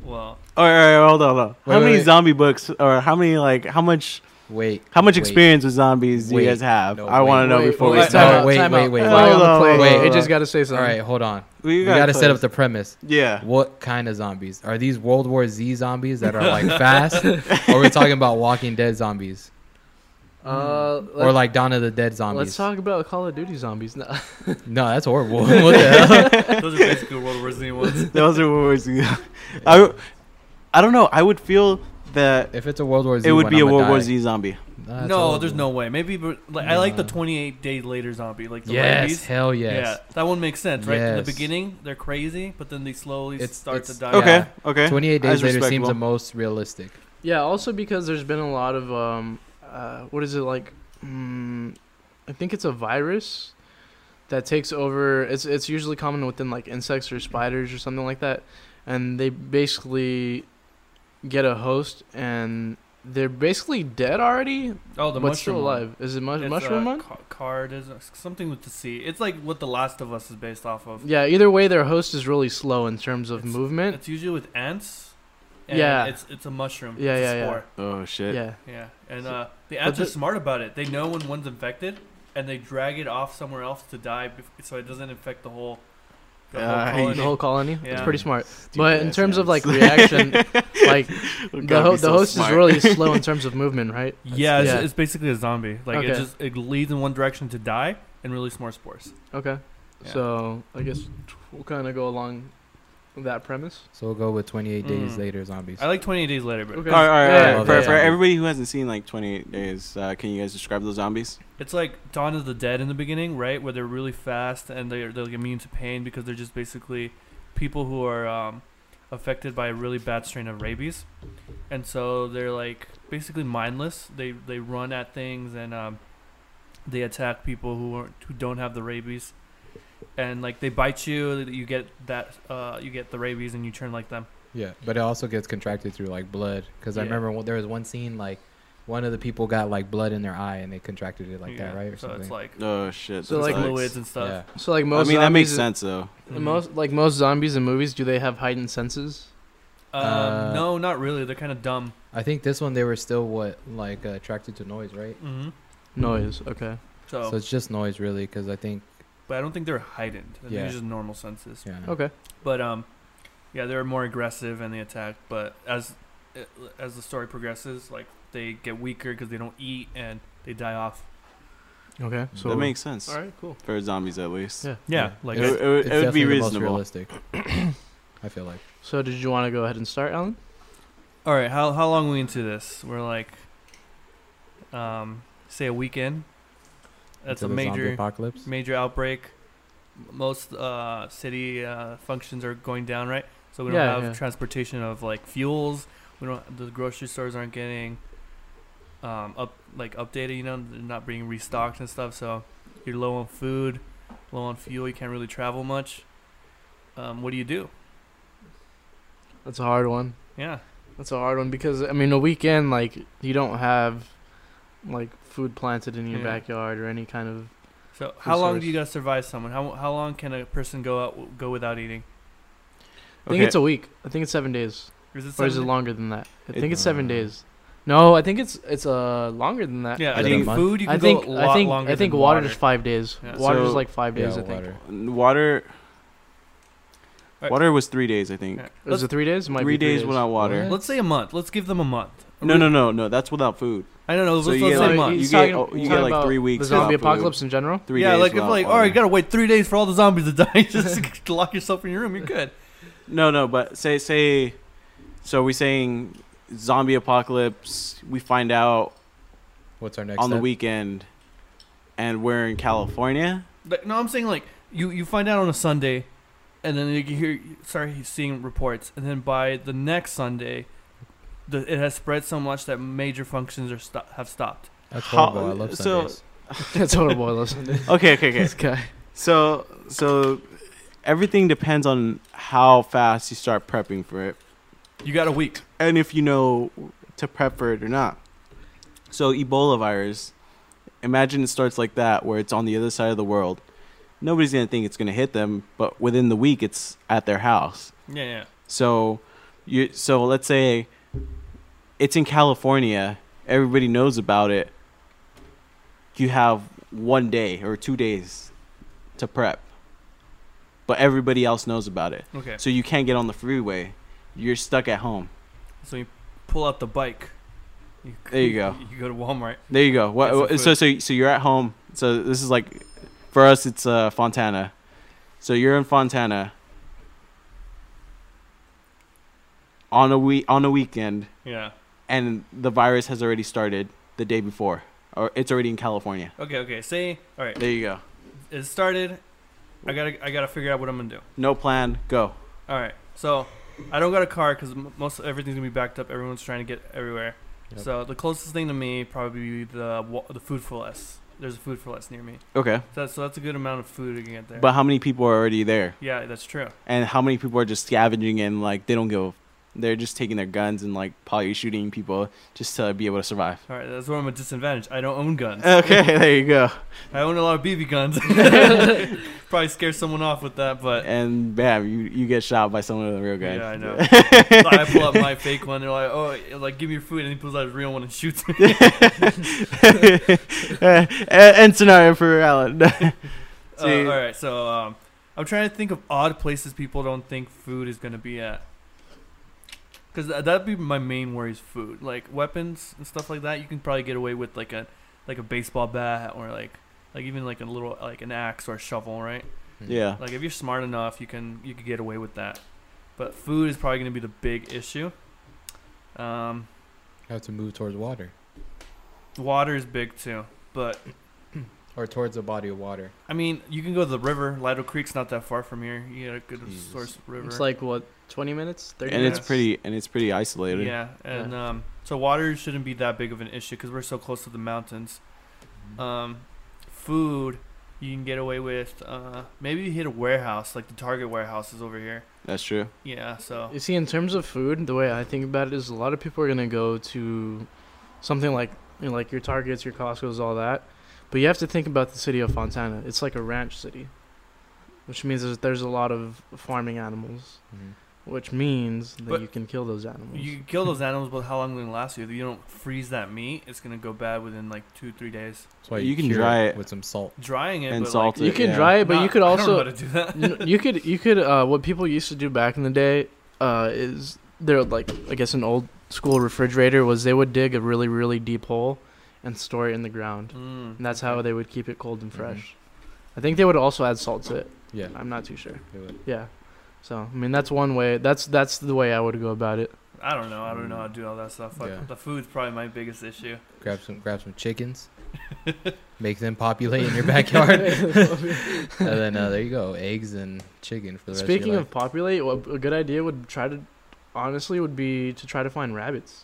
B: Well,
D: All right, all right, hold on. Hold on.
C: Wait,
D: how
C: wait,
D: many
C: wait.
D: zombie books, or how many like how much
C: Wait.
D: how much
C: wait.
D: experience with zombies do
C: Wait.
D: you guys have?
C: No,
D: I
C: wait.
D: want to know
A: Wait,
D: before
A: wait,
D: we
A: wait,
D: start.
A: time
C: wait,
A: out,
C: wait,
A: time
C: wait,
A: out.
C: wait.
A: Hold on,
D: Wait,
A: hold on.
D: wait.
A: AJ's got to say
C: All
A: something.
C: right, hold on.
D: We
C: We gotta set up
D: the
C: the premise.
D: yeah.
C: What kind of zombies are these? World War Z zombies that are like fast, or are we talking about Walking Dead zombies,
A: Uh, let's,
C: or like Dawn of the Dead zombies?
A: let's talk about Call of Duty zombies. No.
C: No, that's horrible. what the hell?
B: those are basically World War Z ones.
D: Those are words. I I don't know. I would feel that
C: If it's a World War Z,
D: it would
C: one,
D: be a
C: I'ma
D: World War
C: die.
D: Z zombie.
C: Nah, that's
B: no,
C: horrible.
B: there's no way. Maybe, but like, I like the
C: Nah.
B: 28 day later zombie, like the
C: Yes,
B: rabies.
C: hell yes.
B: Yeah, that one makes sense, right? In the
C: Yes.
B: beginning, they're crazy, but then they slowly
C: It's-
B: start
C: it's-
B: to die.
D: Okay,
C: Yeah.
D: okay.
C: 28
D: That's
C: days later seems
D: respectable.
C: the most realistic.
A: Yeah, also because there's been a lot of um, uh, what is it like? Mm, I think it's a virus that takes over. It's it's usually common within like insects or spiders or something like that, and they basically get a host and they're basically dead already,
B: Oh, the
A: but
B: mushroom
A: still
B: one.
A: alive. Is it mu-
B: It's,
A: mushroom
B: uh,
A: one?
B: ca- card is uh, something with the sea. It's like what The Last of Us is based off of.
A: Yeah. Either way, their host is really slow in terms of
B: It's-
A: movement.
B: It's usually with ants. And
A: Yeah.
B: It's it's a mushroom.
A: Yeah,
B: it's a
A: yeah, yeah.
B: spore.
D: Oh shit.
A: Yeah.
B: Yeah, and
A: So-
B: uh, the ants
A: the-
B: are smart about it. They know when one's infected, and they drag it off somewhere else to die, bef- so it doesn't infect the whole. The whole
D: Ah,
A: The
B: colony.
A: whole colony. It's
B: Yeah.
A: pretty smart.
D: Stupid
A: But in
D: ass
A: terms of
D: ants.
A: like reaction, like the,
D: Gotta
A: ho-
D: be
A: the
D: so
A: host
D: smart.
A: is really slow in terms of movement, right?
B: yeah, it's,
A: Yeah.
B: it's basically a zombie. Like it
A: Okay.
B: just it leads in one direction to die and release more spores.
A: Okay.
B: Yeah.
A: So I guess we'll kind of go along that premise.
C: So we'll go with 28 days
B: Mm.
C: later zombies.
B: I like 28 Days Later, but
A: Okay.
D: All right, all right,
A: Yeah,
D: all
C: yeah,
D: right. For,
C: yeah.
D: for everybody who hasn't seen like 28 days, uh, can you guys describe those zombies?
B: It's like Dawn of the Dead in the beginning, right? Where they're really fast and they're, they're immune to pain because they're just basically people who are um, affected by a really bad strain of rabies. And so they're like basically mindless. They they run at things and um, they attack people who aren't who don't have the rabies. And like they bite you, you get that uh, you get the rabies and you turn like them.
C: Yeah, but it also gets contracted through like blood because I
B: Yeah.
C: remember when, there was one scene like one of the people got like blood in their eye and they contracted it like
B: Yeah.
C: that, right? Or
B: so
C: something.
B: it's like
D: Oh shit.
A: So,
D: that
A: like,
D: sucks.
B: fluids and stuff.
C: yeah.
A: So like
D: I
A: most
D: mean,
A: zombies,
D: that makes sense though.
B: Mhm.
A: most like most zombies in movies, do they have heightened senses?
B: Um,
C: Uh,
B: no, not really. They're kind of dumb.
C: I think this one they were still what like uh, attracted to noise, right?
A: Mm-hmm.
B: hmm
D: Mm-hmm.
A: Noise. Okay.
C: So it's just noise really because I think
B: but I don't think they're heightened. I think
C: Yeah.
B: it's just normal senses.
C: yeah.
A: Okay.
B: But um, yeah, they're more aggressive and they attack. But as uh, as the story progresses, like they get weaker because they don't eat and they die off.
A: Okay. So
D: that makes sense
A: All right. Cool.
D: for zombies at least.
A: Yeah.
B: Yeah, like
D: It would-
C: It's-
D: it would-
C: it's
D: it would be
C: definitely the most
D: reasonable.
C: realistic. I feel like
A: So did you want to go ahead and start, Alan?
B: all right, how how long are we into this? We're like, um, say a weekend. That's
C: Into
B: a
C: the zombie
B: major
C: apocalypse.
B: major outbreak. Most uh, city uh, functions are going down, right? So we don't
A: Yeah,
B: have
A: yeah.
B: transportation of like fuels. We don't. The grocery stores aren't getting um, up like updated. You know, they're not being restocked and stuff. So you're low on food, low on fuel. You can't really travel much. Um, what do you do?
A: That's a hard one.
B: Yeah,
A: That's a hard one because I mean a weekend like you don't have like food planted in your
B: Yeah.
A: backyard or any kind of
B: So how long
A: Resource.
B: do you guys survive someone? How how long can a person go out go without eating?
A: I think it's a week. I think it's seven days,
B: Or is it,
A: or is it
B: seven-
A: longer than that? I
D: It-
A: think it's seven
C: Uh,
A: days. No, I think it's it's uh longer than that.
B: Yeah,
C: Is
B: I
C: it a
B: think
C: month?
B: food you can
A: I think
B: go a lot
A: I think
B: longer
A: I think
B: than
A: water's
B: water.
A: five days.
B: Yeah.
A: Water's
D: So-
A: like five days.
C: yeah,
A: I think.
C: water.
D: Water.
B: Alright.
D: Water was three days, I think.
B: Yeah.
A: Is it three days? It might
D: Three
A: be three
D: days without water.
C: What?
B: Let's say a month. Let's give them a month.
D: No, no, no, no. That's without food.
B: I don't know.
D: So
B: let's
D: you
B: let's
D: get
B: say
D: like-
B: a
A: So
B: month.
A: he's
D: you get-
A: talking-
D: oh, you
A: he's
D: get,
A: talking
D: like,
A: about
D: three weeks
A: The zombie
D: without food.
A: apocalypse in general.
D: Three
B: yeah,
D: days.
B: like if
D: without
B: like,
D: water.
B: all right, you gotta wait three days for all the zombies to die. Just lock yourself in your room. You're good.
D: No, no, but say say, so are we saying zombie apocalypse? We find out
C: What's our next
D: on the
C: step?
D: weekend, and we're in California.
B: Like, no, I'm saying like you you find out on a Sunday, and then you hear you start seeing reports, and then by the next Sunday, the, it has spread so much that major functions are sto- have stopped.
C: That's
D: How-
C: horrible. I love
D: so-
C: Sundays.
A: That's horrible. I love Sundays.
D: Okay, okay, okay.
A: This guy.
D: So so everything depends on how fast you start prepping for it.
B: You got a week.
D: and if you know to prep for it or not. So Ebola virus imagine it starts like that, where it's on the other side of the world. Nobody's gonna think it's gonna hit them, but within the week, it's at their house.
B: Yeah, yeah.
D: So you so let's say it's in California, everybody knows about it. You have one day or two days to prep. But everybody else knows about it.
B: Okay.
D: So you can't get on the freeway. You're stuck at home.
B: So you pull out the bike. You,
D: There you go.
B: You go to Walmart.
D: There you go. What,
B: That's the
D: what- so so so you're at home. So this is like for us it's uh Fontana. So you're in Fontana on a week on a weekend
B: Yeah.
D: and the virus has already started the day before, or it's already in California.
B: Okay. Okay. Say. All right.
D: There you go.
B: It started. I gotta. I gotta figure out what I'm gonna do.
D: No plan. Go.
B: All right. So I don't got a car because most everything's gonna be backed up. Everyone's trying to get everywhere.
C: Yep.
B: So the closest thing to me probably be the wa- the food for less. There's a food for less near me.
D: Okay.
B: So that's, so that's a good amount of food you can get there.
D: But how many people are already there,
B: yeah, that's true.
D: and how many people are just scavenging and like they don't go, they're just taking their guns and like probably shooting people just to be able to survive.
B: All right, that's where I'm a disadvantage. I don't own guns.
D: Okay, there you go.
B: I own a lot of BB guns. Probably scare someone off with that, but
D: And bam, you you get shot by someone with a real gun.
B: yeah, I know. So I pull out my fake one. They're like, "Oh, like give me your food," and he pulls out his real one and shoots me.
D: and, and scenario for Alan.
B: Uh, all
D: See-
B: right, so um, I'm trying to think of odd places people don't think food is gonna be at. Cause th- that'd be my main worry is food, like weapons and stuff like that. You can probably get away with like a like a baseball bat or like like even like a little like an axe or a shovel, right?
D: yeah.
B: Like if you're smart enough, you can you can get away with that. But food is probably gonna be the big issue. Um,
C: Have to move towards water
B: water is big too, but
C: or towards a body of water.
B: I mean you can go to the river. Lido Creek's not that far from here. You got a good
C: Jesus.
B: source river.
A: It's like what, 20 minutes, 30
D: And
A: minutes.
D: it's pretty and it's pretty isolated.
B: Yeah, and Um, so water shouldn't be that big of an issue because we're so close to the mountains.
A: Mm-hmm.
B: Um, food, you can get away with. Uh, maybe you hit a warehouse, like the Target warehouse is over here.
D: That's true.
B: Yeah, so
A: You see, in terms of food, the way I think about it is a lot of people are gonna go to something like you know, like your Targets, your Costco's, all that. But you have to think about the city of Fontana. It's like a ranch city, which means there's, there's a lot of farming animals,
C: Mhm.
A: which means that
B: But-
A: you can kill those animals.
B: you can kill those animals, but how long will it last you? If you don't freeze that meat, it's gonna go bad within like two, three days.
C: That's why
D: You can
C: cure
D: dry it.
C: with some salt.
B: Drying it
D: And
B: but,
D: salt
B: like,
A: You
D: it,
A: can
D: yeah.
A: dry it, but you
B: not-
A: could
B: I don't know
A: also
B: how to do that.
A: you you could you could uh, what people used to do back in the day uh, is they're like I guess an old school refrigerator was they would dig a really really deep hole and store it in the ground.
B: Mm,
A: And that's how they would keep it cold and
C: Mhm.
A: fresh. I think they would also add salt to it.
C: Yeah.
A: I'm not too sure.
C: it would-
A: Yeah. So I mean that's one way. That's that's the way I would go about it.
B: I don't know. I don't know how to do all that stuff. Like,
C: Yeah.
B: The food's probably my biggest issue.
C: Grab some grab some chickens. make them populate in your backyard. and then uh, there you go, eggs and chicken for the
A: Speaking
C: rest
A: of populate, what- a good idea would try to honestly would be to try to find rabbits.
C: your life.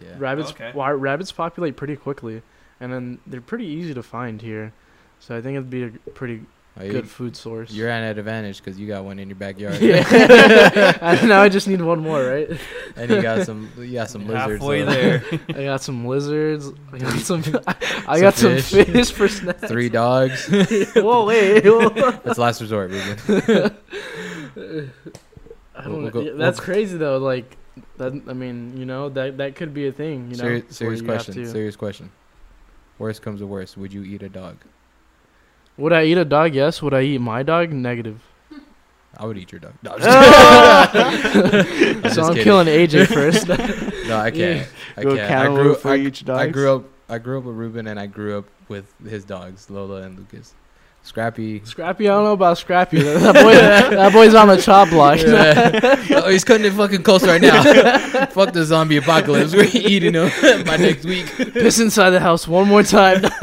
C: Yeah.
A: Rabbits
B: Okay.
A: wa- rabbits populate pretty quickly, and then they're pretty easy to find here. So I think it'd be a pretty
C: Are Oh, you-
A: good food source.
C: You're at an advantage because you got one in your backyard.
A: yeah. now I just need one more, right?
C: and you got some, you got some lizards.
B: Halfway
C: so
B: there.
A: I got some lizards. I got some. I
C: Some
A: got some
C: fish.
A: fish for snacks.
C: uh, Three dogs.
A: Whoa, wait. whoa.
C: That's last resort, Ruben.
A: I
C: We'll-
A: don't
C: we'll
A: know.
C: go-
A: Yeah,
C: we'll
A: that's
C: go-
A: crazy though. Like, that, I mean, you know, that that could be a thing. You know,
C: Seri-
A: where
C: serious
A: you have
C: question.
A: to-
C: Serious question. Worst comes to worst, would you eat a dog?
A: Would I eat a dog? Yes. Would I eat my dog? Negative.
C: I would eat your dog. No, I'm
A: so
C: just
A: I'm
C: just kidding.
A: killing AJ first.
C: kidding. No, I can't. I
D: Go
C: can't. I grew,
D: cantaloupe for
C: I,
D: each dog.
C: I grew up. I grew up with Ruben, and I grew up with his dogs, Lola and Lucas. Scrappy.
A: Scrappy, I don't know about Scrappy. That, that boy, that boy's on the chop block.
C: Yeah. oh, he's cutting it fucking close right now. Fuck the zombie apocalypse. We're eating him by next week.
A: Piss inside the house one more time.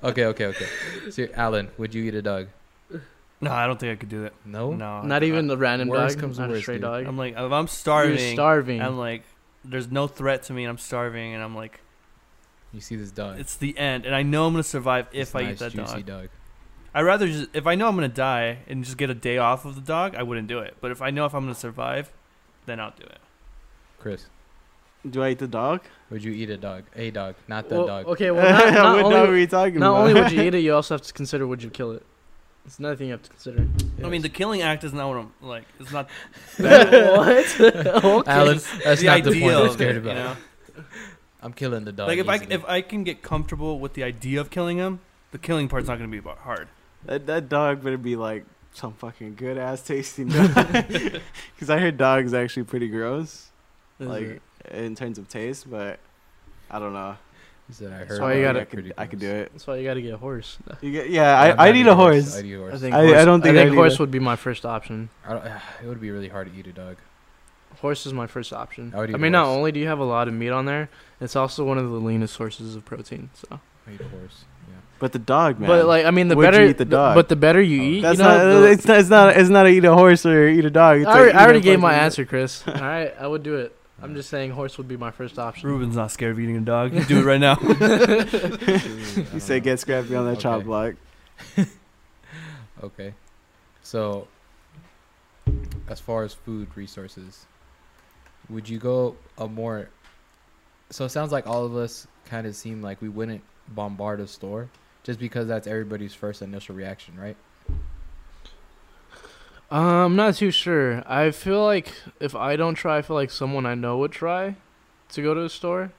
C: Okay, okay, okay. So, Alan, would you eat a dog?
B: no, I don't think I could do that.
C: No.
B: No.
A: Not even a random
C: Worst
A: dog.
C: comes to
A: not a
C: worst,
A: stray
C: dude.
A: dog.
B: I'm like, if I'm
A: You're
B: starving,
A: starving.
B: I'm like, there's no threat to me, and I'm starving, and I'm like,
C: You see this dog?
B: it's the end, and I know I'm gonna survive if
C: This
B: I
C: nice,
B: eat that
C: juicy
B: dog. I'd rather just, if I know I'm gonna die and just get a day off of the dog, I wouldn't do it. But if I know if I'm gonna survive, then I'll do it.
C: Chris.
D: Do I eat the dog?
C: Would you eat a dog? A dog, not the
A: Well,
C: dog.
A: Okay, well, not, not
D: what dog are
A: only,
D: you talking
A: not
D: about?
A: only would you eat it, you also have to consider would you kill it. It's another thing you have to consider.
B: I mean, the
A: Yes.
B: killing act is not what I'm like. It's not
A: what? okay.
C: Alan, that's
B: the
C: not the
B: idea
C: point I'm
B: of
C: scared
B: it,
C: about.
B: You know?
C: I'm killing the dog.
B: Like if I
C: easily.
B: if I can get comfortable with the idea of killing him, the killing part's not gonna be about- hard.
D: That, that dog better be like some fucking good ass tasting dog. Because I heard dogs actually pretty gross,
A: Is
D: like
A: it?
D: in terms of taste, but I don't know.
C: He said, I heard
D: So you
C: about
D: gotta,
C: it,
D: I could,
C: pretty
D: I could do
C: gross.
D: it.
A: that's why you gotta get a horse.
D: You get, yeah,
C: I'm not
D: I, I need
C: eating
D: a horse.
C: I'd eat a horse.
A: I think
D: I- I
A: horse,
D: don't think
A: I
D: I'd
A: think horse
D: either.
A: would be my first option.
C: I don't, it would be really hard to eat a dog.
A: Horse is my first option.
C: I
A: I,
C: would eat
A: mean, not
C: horse.
A: only do you have a lot of meat on there, it's also one of the leanest sources of protein. So,
C: I eat a horse. Yeah.
D: But the dog, man.
A: but like, I mean, the
D: Would you
A: better,
D: eat the dog?
A: but the better you
C: Oh.
A: eat,
D: that's
A: you know,
D: not,
A: the-
D: it's not. It's not. It's not a eat a horse or eat a dog. It's
A: I, already,
D: a
A: I
D: eat a
A: already gave my
D: fucking-
A: answer, Chris. All right, I would do it. I'm
C: Uh,
A: just saying horse would be my first option.
B: Ruben's not scared of eating a dog. He'd do it right now.
D: You say get scrappy on that chop
C: Okay.
D: block.
C: Okay. So, as far as food resources, would you go a more. So it sounds like all of us kind of seem like we wouldn't bombard a store just because that's everybody's first initial reaction, right?
A: Uh, I'm not too sure. I feel like if I don't try, I feel like someone I know would try to go to a store.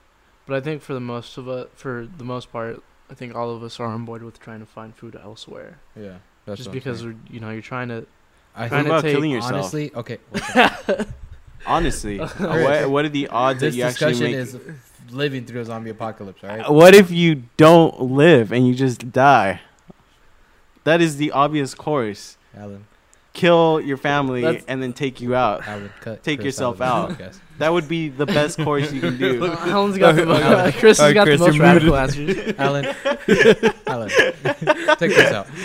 A: But I think for the most of us, for the most part, I think all of us are on board with trying to find food elsewhere.
C: Yeah. That's
A: just
C: what I'm
A: because
C: saying.
A: we're, you know you're trying to.
C: I
A: trying to
D: What
C: think
D: about
A: take-
D: killing yourself? Honestly,
C: honestly, okay.
D: what, what are the odds that
C: this
D: you
C: discussion
D: actually make? Oh.
C: is living through a zombie apocalypse, all right?
D: What if you don't live and you just die? That is the obvious course.
C: Alan,
D: Kill your family
A: That's-
D: and then take you out.
C: Alan, cut.
D: Take
C: Chris
D: yourself
C: out. of the podcast.
D: That would be the best course you can do.
A: Alan's got the most,
C: Alright,
A: Chris has
B: alright,
A: got
B: Chris,
A: the most
B: you're
A: radical answers.
C: Alan, Alan, take this out.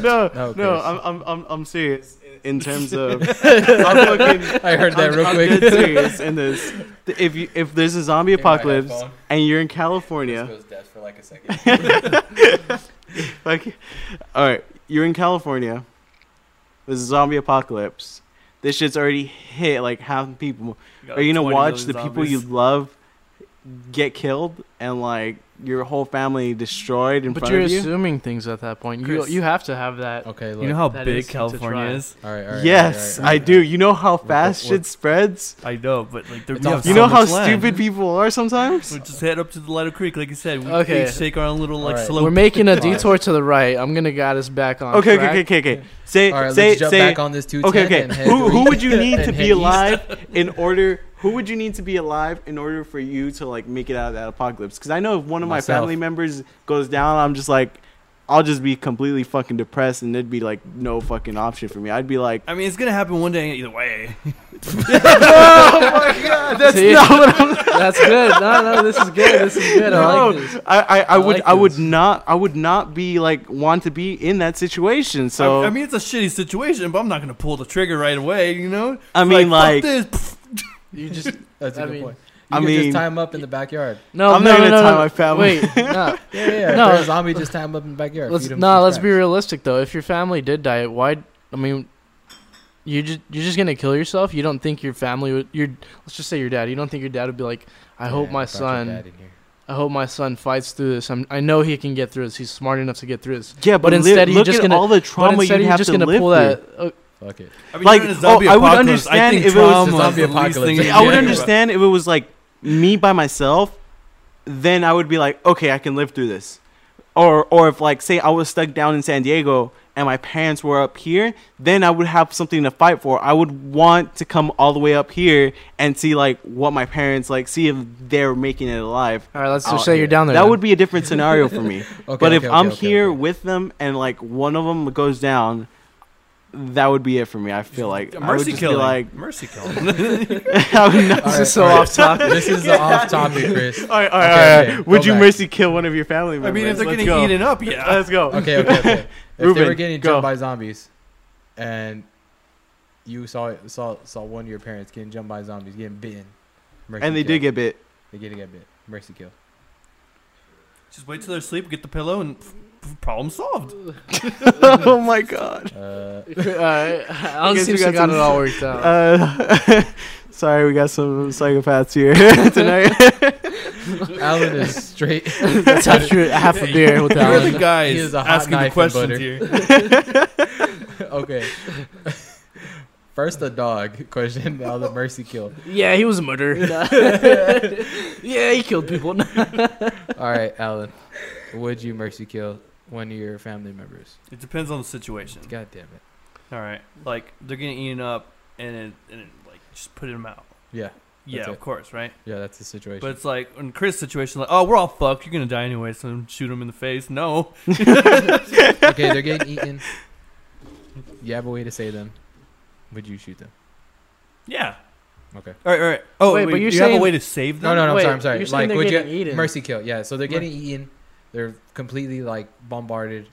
D: No,
C: No,
D: no,
C: Chris.
D: I'm, I'm, I'm, I'm serious in terms of. I'm fucking,
C: I heard that
D: I'm,
C: real
D: I'm
C: quick.
D: dead serious in this. If you, if there's a zombie apocalypse and you're in California,
C: goes deaf for like a second.
D: like, all right, you're in California. There's a zombie apocalypse. This shit's already hit like half the people. Are you gonna watch the people you love get killed and like your whole family destroyed in
A: But
D: front
A: you're
D: of you?
A: assuming things at that point.
B: Chris.
A: You you have to have that.
C: Okay, look.
B: You know how
A: That
B: big
A: is to
B: California
A: try.
B: is.
C: all right, all right,
D: yes,
C: all right, all right, all
D: I
C: right.
D: do. You know how
C: go-
D: fast
C: we're-
D: shit spreads.
B: I know, but like there
C: It's
B: we
C: all
B: have
D: You
B: so
D: know how
B: much land.
D: stupid people are sometimes.
B: We just head up to the Lido Creek, like you said. We
A: Okay.
B: each take our own little like
C: Alright.
B: slope.
A: We're making a
C: Alright.
A: detour to the right. I'm gonna guide us back on.
D: Okay, okay,
A: track.
D: okay, okay, okay. Say,
C: All right,
D: say,
C: let's jump
D: say.
C: back on this two.
D: Okay, okay. Who, who would you need to
C: and
D: be
C: head east.
D: alive in order? Who would you need to be alive in order for you to like make it out of that apocalypse? Because I know if one of
C: Myself.
D: my family members goes down, I'm just like, I'll just be completely fucking depressed, and there'd be like no fucking option for me. I'd be like.
B: I mean, it's gonna happen one day either way.
D: oh my god, that's
A: See?
D: not what I'm.
A: That's good. No, no, this is good. This is good. I
D: No,
A: like this.
D: I, I, I would,
A: like
D: I would
A: this.
D: not, I would not be like want to be in that situation. So
B: I, I mean, it's a shitty situation, but I'm not gonna pull the trigger right away. You know?
D: I
B: It's
D: mean,
B: like,
D: like-
B: fuck this.
A: You just
C: That's a
A: I
C: good
A: mean-
C: point. You
D: I
C: could
D: mean-
C: just tie him up in the backyard.
A: no.
D: I'm
A: no,
D: not
A: no,
D: gonna
A: no,
D: tie
A: no.
D: my family.
A: Wait, no.
C: Yeah, yeah.
A: No.
C: No, a zombie just tie him up in the backyard.
A: Let's,
C: feed him
A: nah,
C: some
A: let's be
C: scraps.
A: realistic though. If your family did die, why? I mean, you just you're just gonna kill yourself. You don't think your family would? Your let's just say your dad. You don't think your dad would be like, I hope
C: Yeah,
A: my
C: I brought your
A: son,
C: dad in here.
A: I hope my son fights through this. I'm, I know he can get through this. He's smart enough to get through this.
D: Yeah, but,
A: But instead
D: li-
A: you're
D: look
A: just
D: at
A: gonna-
D: all the
A: But
D: trauma
A: instead,
D: you'd
A: you're
D: have
A: just
D: to
A: gonna
D: live
A: pull
D: through.
A: that. Uh,
C: Fuck it.
B: I mean,
D: Like,
B: you're in a zombie
D: oh, I would
B: apocalypse.
D: understand
B: think
D: if it was a
B: trauma is
C: zombie
B: the least
C: apocalypse.
B: thing
C: Yeah,
B: you
D: I would
B: can do.
D: understand if it was like me by myself, then I would be like, okay, I can live through this. Or, or if like say I was stuck down in San Diego and my parents were up here, then I would have something to fight for. I would want to come all the way up here and see like what my parents like, see if they're making it alive.
A: all right, let's just
D: Oh,
A: say
C: yeah.
A: you're down there.
D: That
A: then.
D: would be a different scenario for me.
C: Okay,
D: but if
C: okay,
D: I'm
C: okay, okay,
D: here
C: okay.
D: with them and like one of them goes down, that would be it for me. I feel like
B: Yeah,
D: I would
B: mercy
D: just
B: killing.
D: be like,
B: mercy killing.
D: I would
A: This
C: All
D: not
C: right,
A: is so
C: all right.
A: off topic.
C: This is the off topic, Chris.
D: All right, all right,
C: Okay,
D: all right.
C: okay,
D: Would
C: go
D: you
C: back.
D: mercy kill one of your family
B: I
D: members?
B: mean, if they're
D: Let's
B: getting
D: go.
B: eaten up, yeah.
D: Let's go.
C: Okay, okay, okay. If they were
D: Ruben,
C: getting
D: go.
C: jumped by zombies, and you saw it, saw saw one of your parents getting jumped by zombies, getting bitten, mercy
D: And they
C: kill.
D: did get bit.
C: they did get bit. Mercy kill.
B: Just wait till they're asleep, get the pillow, and pff, pff, problem solved.
D: oh my god.
C: Uh,
A: All right, Alan
D: guess we
A: seems to got
D: got some-
A: it all worked out.
D: Uh, Sorry, we got some psychopaths here tonight.
C: Alan is straight.
A: That's after a half a beer with
C: You're
A: Alan.
C: the guys He is a hot asking the knife and questions butter.
B: here.
C: okay. First, the dog question. Now the mercy kill.
A: Yeah, he was a murderer. yeah, he killed people.
C: All right, Alan. Would you mercy kill one of your family members?
B: It depends on the situation.
C: God damn it.
B: All right, like they're getting eaten up, and it, and it, like just put them out.
C: Yeah,
B: Yeah,
C: that's
B: of
C: it.
B: course, right?
C: Yeah, that's the situation.
B: But it's like in Chris' situation, like, oh, we're all fucked. You're gonna die anyway, so shoot him in the face. No,
C: okay, they're getting eaten. You have a way to save them. Would you shoot them?
B: yeah.
C: Okay.
B: All right, all right. Oh,
A: Wait,
B: wait,
A: but
B: you
A: you're
B: have
A: saying-
B: a way to save
C: No,
B: them?
C: no, no.
A: Wait,
C: I'm sorry. I'm
A: you're saying
C: sorry. Like,
A: they're
C: would you
A: getting eaten.
C: mercy kill? Yeah. So they're getting eaten. They're completely like bombarded.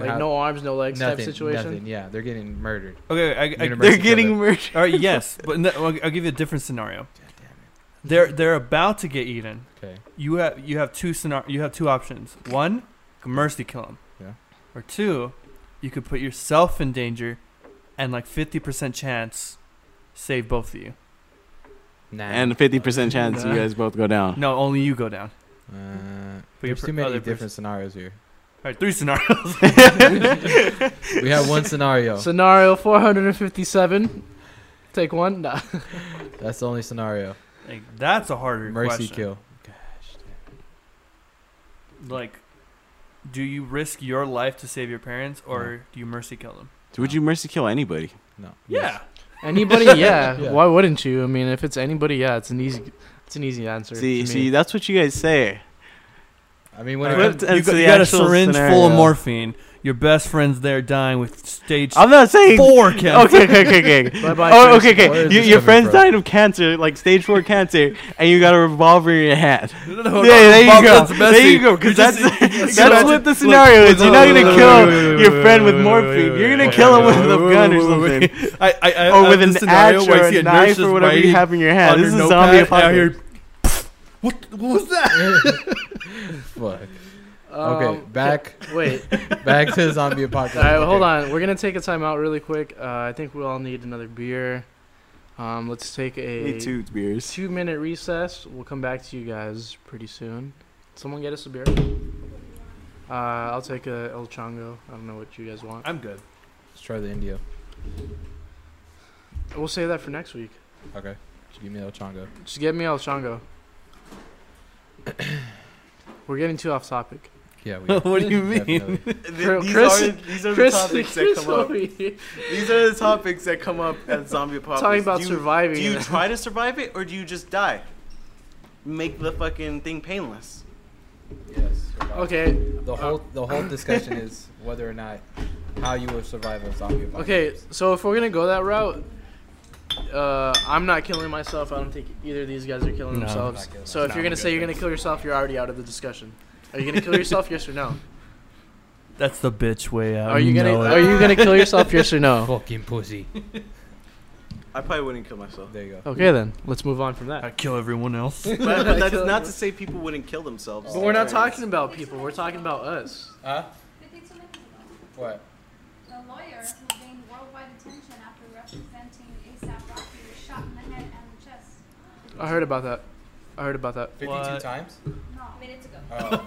A: like
C: have
A: no arms, no legs
C: nothing.
A: type situation.
C: Nothing. Yeah, they're getting murdered.
B: Okay, I, I,
C: Universe-
D: They're getting murdered.
B: all right. Yes, but no, I'll, I'll give you a different scenario.
C: God damn
B: They're they're about to get eaten.
C: it. Okay.
B: you have you have two scenar- you have two options. One, mercy kill him.
C: Yeah.
B: Or two, you could put yourself in danger, and like fifty percent chance, save both of you.
C: Nah.
D: And a 50% chance you guys both go down.
B: No, only you go down.
C: Uh,
B: But your
C: there's
B: per-
C: too many
B: other
C: different scenarios here.
B: All right, three scenarios.
C: We have one scenario.
A: Scenario 457. Take one. Nah.
C: That's the only scenario.
B: like, that's a harder question.
C: Mercy kill.
B: Like, do you risk your life to save your parents, or do you mercy kill them?
D: Would you mercy kill anybody?
C: No.
B: Yeah.
A: Anybody? Yeah.
C: Yeah.
A: Why wouldn't you? I mean, if it's anybody, yeah, it's an easy, it's an easy answer.
D: See,
A: to me.
D: see, that's what you guys say.
C: I mean, when
B: All
C: it
D: Alright.
B: right,
C: comes,
D: Flipped
B: You,
D: into
B: got,
D: the
B: you got a
D: actual
B: syringe full of
D: scenario.
B: morphine. Your best friend's there dying with stage
D: I'm not saying.
B: four cancer.
D: Okay, okay, okay, okay.
A: Bye-bye,
D: Oh, okay,
A: Chris.
C: Where is
D: okay. You,
C: this
D: your
C: coming
D: friend's
C: from?
D: died of cancer, like stage four cancer, and you got a revolver in your hand.
B: No,
D: Yeah,
B: no,
D: there you
B: Bob,
D: go.
B: that's messy.
D: There you go.
B: You're
D: Because that's
B: just-
D: that's
B: so imagine-
D: what the
B: look,
D: scenario
B: look,
D: is. You're not
B: look,
D: gonna
B: look,
D: kill
B: look, look, look,
D: your
B: look,
D: friend
B: look,
D: with
B: look,
D: morphine.
B: look,
D: You're
B: look,
D: gonna
B: look,
D: kill him
B: look,
D: with a
B: look,
D: gun or
B: look, look,
D: something,
B: look. I, I, I,
D: or
B: I
D: with
B: have
D: an
B: this scenario
D: axe
B: where I
D: or
B: see
D: Uh, a
B: nurse
D: knife
B: just
D: or whatever you
B: writing
D: have in your
B: on
D: hand. This
B: her
D: is
B: notepad
D: zombie
B: out here.
D: apocalypse.
B: What, what was that?
C: fuck.
A: Um,
C: Okay, back
A: Wait.
C: back to the zombie apocalypse.
A: All right, hold
C: Okay.
A: on. We're gonna take a time out really quick. Uh, I think we all need another beer. Um, let's take a
D: Me too, beers.
A: two minute recess. We'll come back to you guys pretty soon. Someone get us a beer. Uh, I'll take a El Chongo. I don't know what you guys want.
B: I'm good.
C: Let's try the Indio.
A: We'll save that for next week.
C: Okay. Just give me El Chongo.
A: Just get me El Chongo. We're getting too off topic.
C: Yeah, we
B: what do you mean?
C: definitely.
A: These Chris- are-
D: these
A: Chris, Chris over here
D: These are the topics that come up at zombie apocalypse.
A: talking about surviving.
D: Do you try to survive it or do you just die? Make the fucking thing painless.
C: Yes.
A: okay,
C: The whole the whole discussion is whether or not how you would survive a zombie apocalypse.
A: Okay, so if we're gonna go that route, uh, I'm not killing myself. I don't think either of these guys are killing
B: No, I'm
A: themselves.
C: not killing
A: So if
B: myself.
A: you're
B: No, I'm
A: gonna say
B: good,
A: you're gonna
B: thanks.
A: kill yourself, you're already out of the discussion. Are you gonna kill yourself? yes or no?
B: That's the bitch way out.
A: Are you gonna
B: know it.
A: Are you gonna kill yourself? yes or no?
C: Fucking pussy.
D: I probably wouldn't kill myself.
C: There you go.
A: Okay then, let's move on from
B: I
A: that.
B: kill everyone else.
D: But, but that's not to say people wouldn't kill themselves.
A: But we're not talking about people. We're talking about us.
C: Huh?
E: They think so many people.
C: What?
E: The lawyer who gained worldwide attention after representing ASAP Rocky was shot in the head and the chest.
A: I heard about that. I heard about that.
C: 52
B: What?
C: times?
E: No, minutes ago.
C: Oh.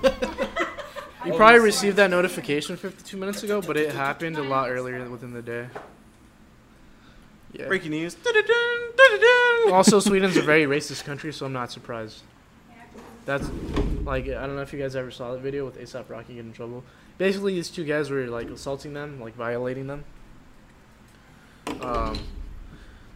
A: You probably
C: Oh, sorry.
A: received that notification 52 minutes ago, but it happened a lot earlier within the day. Yeah.
D: Breaking news. Du-du-dun, du-du-dun.
A: Also, Sweden's a very racist country, so I'm not surprised.
E: Yeah.
A: That's like I don't know if you guys ever saw that video with ASAP Rocky getting in trouble. Basically, these two guys were like assaulting them, like violating them. Um,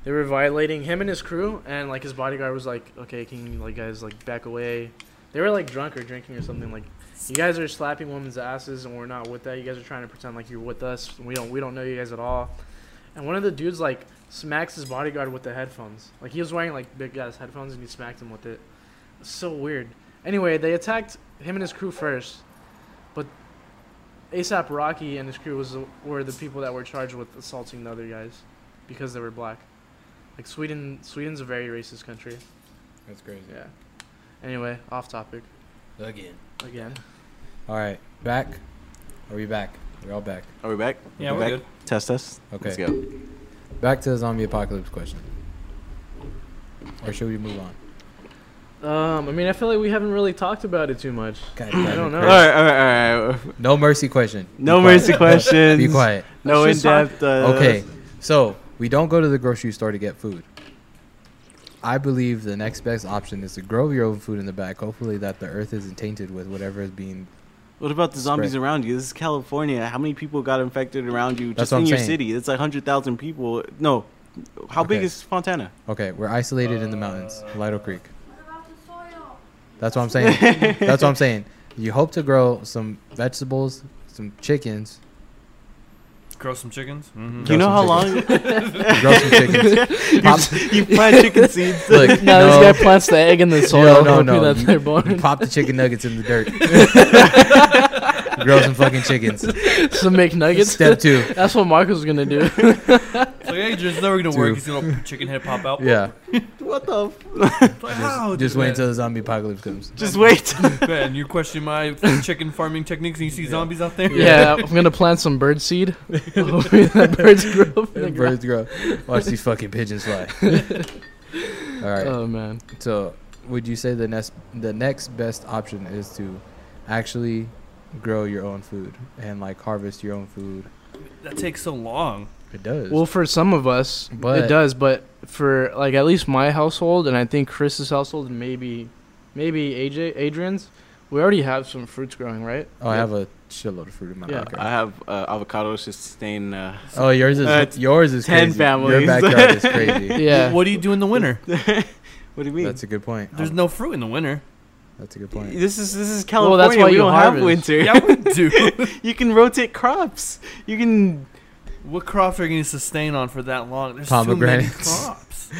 A: they were violating him and his crew, and like his bodyguard was like, "Okay, can you like guys like back away?" They were like drunk or drinking or something. Like, you guys are slapping women's asses, and we're not with that. You guys are trying to pretend like you're with us. We don't we don't know you guys at all. And one of the dudes like smacks his bodyguard with the headphones. Like he was wearing like big ass headphones, and he smacked him with it. So weird. Anyway, they attacked him and his crew first, but ASAP Rocky and his crew was the- were the people that were charged with assaulting the other guys because they were black. Like Sweden, Sweden's a very racist country.
C: That's crazy.
A: Yeah. Anyway, off topic
C: Again.
A: again.
C: All right. Back. Are we back? We're all back.
D: Are we back?
B: yeah,
D: we
B: we're
D: back?
B: good.
D: Test us.
C: Okay.
D: Let's go.
C: Back to the zombie apocalypse question. Or should we move on?
A: Um, I mean, I feel like we haven't really talked about it too much.
C: God damn
A: I
C: it,
A: don't know.
D: All
C: Chris.
D: right, all right, all right.
C: No mercy question.
D: No
C: Be quiet.
D: mercy questions.
C: Be quiet.
D: No in
B: Let's just
D: depth. Uh,
C: Okay, so we don't go to the grocery store to get food. I believe the next best option is to grow your own food in the back. Hopefully, that the earth isn't tainted with whatever is being.
D: What about the zombies
C: Spread.
D: around you? This is California. How many people got infected around you
C: That's
D: just
C: what
D: in
C: I'm
D: your
C: saying.
D: city? It's like 100,000 people. No. How big
C: Okay.
D: is Fontana?
C: Okay, we're isolated in the mountains,
A: Uh,
C: Lido Creek.
E: What about the soil?
C: That's what I'm saying. That's what I'm saying. You hope to grow some vegetables, some chickens,
B: Grow some chickens. Mm-hmm.
D: you know how
C: some
D: long
C: grow some chickens. Pop,
D: you plant chicken seeds?
C: look,
A: No,
C: no,
A: this guy plants the egg in the soil.
C: No, no,
A: hoping
C: no,
A: That
C: you-
A: they're born.
C: you pop the chicken nuggets in the dirt. grow some fucking chickens.
A: Some McNuggets.
C: Step two.
A: That's what Marcus was gonna do.
B: It's like, hey, it's never gonna
C: Two.
B: work. He's gonna chicken head pop out.
C: Yeah.
D: What the? F-
B: It's Like,
A: Oh,
B: how?
C: Just wait until the zombie apocalypse comes.
D: just wait.
B: Man, you question my chicken farming techniques, and you see zombies out there.
A: yeah, I'm gonna plant some bird seed. Hoping that birds grow. From the ground.
C: Birds grow. Watch these fucking pigeons fly. All right.
D: Uh,
A: Oh man.
C: So, would you say the next the next best option is to actually grow your own food and like harvest your own food?
B: That takes so long.
C: It does.
A: Well, for some of us,
C: But-
A: it does. But for like at least my household, and I think Chris's household, and maybe, maybe AJ Adrian's, we already have some fruits growing, right?
C: oh, I have a shitload of fruit in my
A: Yeah.
C: pocket.
D: I have uh, avocados just staying. Uh,
C: Oh, yours is
D: Uh, it's
C: yours is
D: 10
C: crazy. Your
D: families.
C: backyard is crazy.
A: Yeah.
B: What do you do in the winter?
D: what do you mean?
C: That's a good point. Oh,
B: There's no fruit in the winter.
C: That's a good point.
D: this is this is California.
A: Well, that's why
D: we
A: you
D: don't have
A: harvest.
D: winter.
B: Yeah, we do.
D: you can rotate crops. You can
B: What crops are you gonna sustain on for that long? There's too many
C: Pomegranates.
B: crops.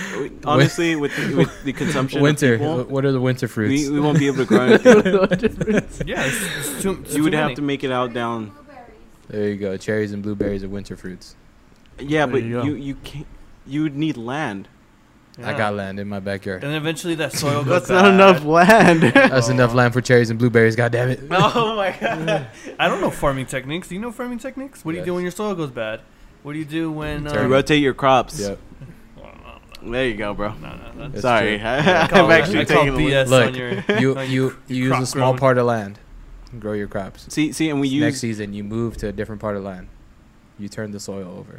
D: honestly with the, with the consumption
C: Winter.
D: of people,
C: wh- What are the winter fruits?
D: we, we won't be able to grow anything.
B: Yeah, it's, it's too. It's
D: you would
B: too
D: have
B: many.
D: to make it out down
E: Blueberries.
C: there you go. Cherries and blueberries are winter fruits.
D: Yeah,
A: There
D: but
A: you
D: you
A: go.
D: you, can't. You would need land.
C: I
B: Yeah.
C: got land in my backyard.
B: And then eventually that soil goes
D: That's not
B: bad.
D: enough land.
C: That's enough land for cherries and blueberries. God damn it.
D: oh my god.
B: I don't know farming techniques. Do you know farming techniques? What do you do
C: Yes.
B: when your soil goes bad? What do you do when?
C: Turn
B: Uh,
D: You rotate your crops.
C: Yep.
D: There you go, bro.
B: no, no, that's
C: It's
D: Sorry,
C: true.
D: I,
B: I
D: have
B: call-
D: actually
B: I call
D: taken. a look.
B: BS
C: Look,
B: on your.
C: you
B: on your
C: you you use a
B: crop
C: small
B: growing.
C: part of land, grow your crops.
D: See, see, and we
C: uh, Next
D: use
C: season, you move to a different part of land. You turn the soil over.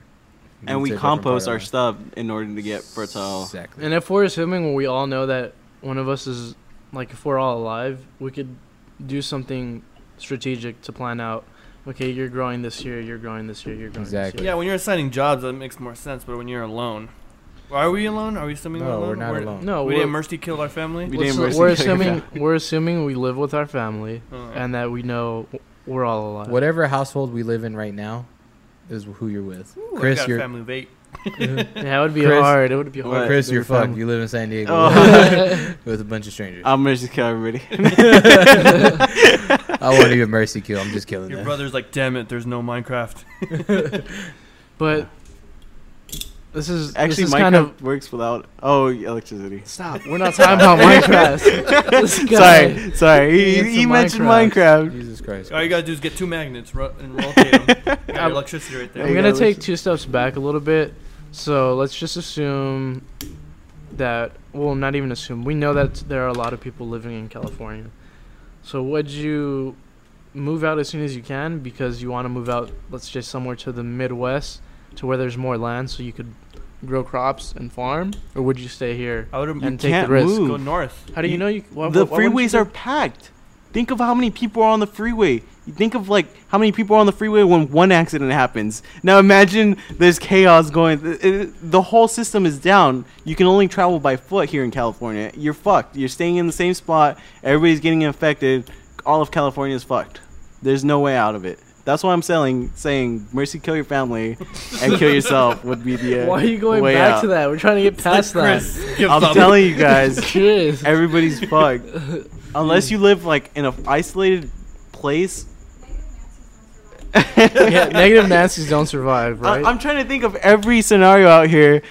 C: You move
D: and we
C: to a different part
D: compost
C: of
D: our
C: land.
D: stuff in order to get fertile.
C: Exactly.
A: And if we're assuming we all know that one of us is like if we're all alive, we could do something strategic to plan out. Okay, you're growing this year. You're growing this year. You're growing
C: Exactly.
A: This
B: Yeah, when you're assigning jobs, that makes more sense. But when you're alone, are we alone? Are we assuming
C: No,
B: we're
C: we're
B: alone?
C: not
A: year.
C: alone.
A: No,
B: we
A: we
B: didn't
A: are
B: mercy kill our family.
D: We
A: we're,
D: didn't
A: assu-
D: mercy
A: we're
D: kill your
A: assuming we're assuming we live with our family
B: Uh,
A: and that we know we're all alive.
C: Whatever household we live in right now is who you're with.
B: I
C: Chris,
B: got
C: you're
B: family of eight.
A: Yeah, it would be
C: Chris-
A: hard. It would be hard.
D: What?
C: Chris,
A: Your
C: you're fucked.
A: family.
C: You live in San Diego
D: Oh.
C: with a bunch of strangers.
D: I'm gonna just kill everybody.
C: I won't even mercy kill. I'm just killing
B: Your
C: them.
B: brother's like, damn it, there's no Minecraft.
A: But this is
D: Actually,
A: this is
D: Minecraft
A: kind of
D: works without oh electricity.
A: stop. We're not talking about Minecraft. This guy-
D: Sorry, sorry. He,
A: It's
D: he
A: a
D: mentioned
A: Minecraft.
D: Minecraft.
C: Jesus Christ.
B: All you gotta do is get two magnets ru- and rotate them.
A: I'm-
B: electricity right
D: There
A: I'm
D: you
B: there.
A: gonna
D: go,
A: take
D: Lucian.
A: two steps back a little bit. So let's just assume that well, not even assume. We know that there are a lot of people living in California. So would you move out as soon as you can because you want to move out? Let's just somewhere to the Midwest, to where there's more land, so you could grow crops and farm, or would you stay here
B: I would
A: and take the
D: can't
A: risk?
D: move.
B: go north.
A: How do you
D: You-
A: know you? Why,
D: the
A: why wouldn't you
D: freeways
A: go-
D: are packed. Think of how many people are on the freeway. You think of like how many people are on the freeway when one accident happens. Now imagine there's chaos going. th- it- The whole system is down. You can only travel by foot here in California. You're fucked. You're staying in the same spot. Everybody's getting infected. All of California is fucked. There's no way out of it. That's why I'm saying saying mercy kill your family and kill yourself would be the uh,
A: Why are you going
D: way
A: back
D: out.
A: to that? We're trying to get past that.
D: I'm telling you guys.
A: Chris.
D: Everybody's fucked. Unless you live like in an isolated place.
A: yeah, negative Nancy's don't survive,
D: I-
A: right?
D: I'm trying to think of every scenario out here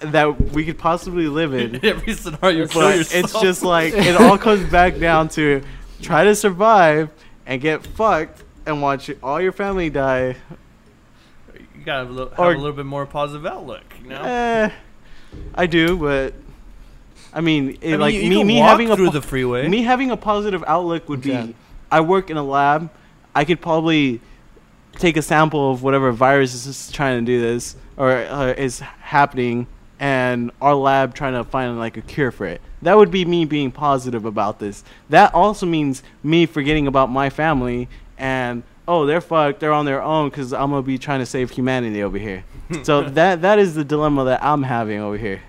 D: that we could possibly live in.
B: Every scenario, kill
D: but
B: yourself.
D: it's just like it all comes back down to try to survive and get fucked and watch all your family die.
B: you gotta have a, little, have
D: or-
B: a little bit more positive outlook. You know,
D: Eh, I do, Eh, but I mean, it,
B: I mean,
D: like
B: you, you
D: me,
B: can
D: me
B: walk
D: having a
B: through
D: po-
B: the freeway.
D: me having a positive outlook would be
A: Yeah.
D: I work in a lab. I could probably take a sample of whatever virus is trying to do this or uh, is happening and our lab trying to find like a cure for it. That would be me being positive about this. That also means me forgetting about my family and oh they're fucked they're on their own cuz I'm going to be trying to save humanity over here. so that that is the dilemma that I'm having over here.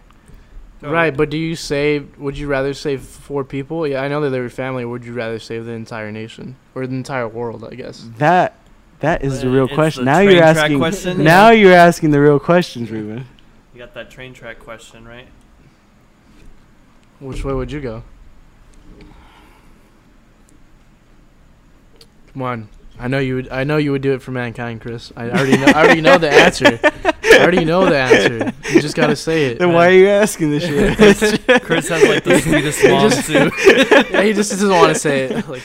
B: So,
A: Right, but do you save? Would you rather save four people? Yeah, I know that they're your family. Or would you rather save the entire nation or the entire world? I guess.
D: That that is the
B: Uh,
D: real
B: it's
D: question.
B: the
D: now
B: train
D: you're
B: track
D: asking.
B: question.
D: Now you're asking the real questions, Ruben.
B: You got that train track question, right?
A: Which way would you go? Come on, I know you would. I know you would do it for mankind, Chris. I already know. I already know the answer. I already know the answer. You just gotta say it.
D: Then why are you asking this shit?
B: Chris has like the sweetest mom
A: just-
B: too.
A: Yeah, he just doesn't want to say it. Like,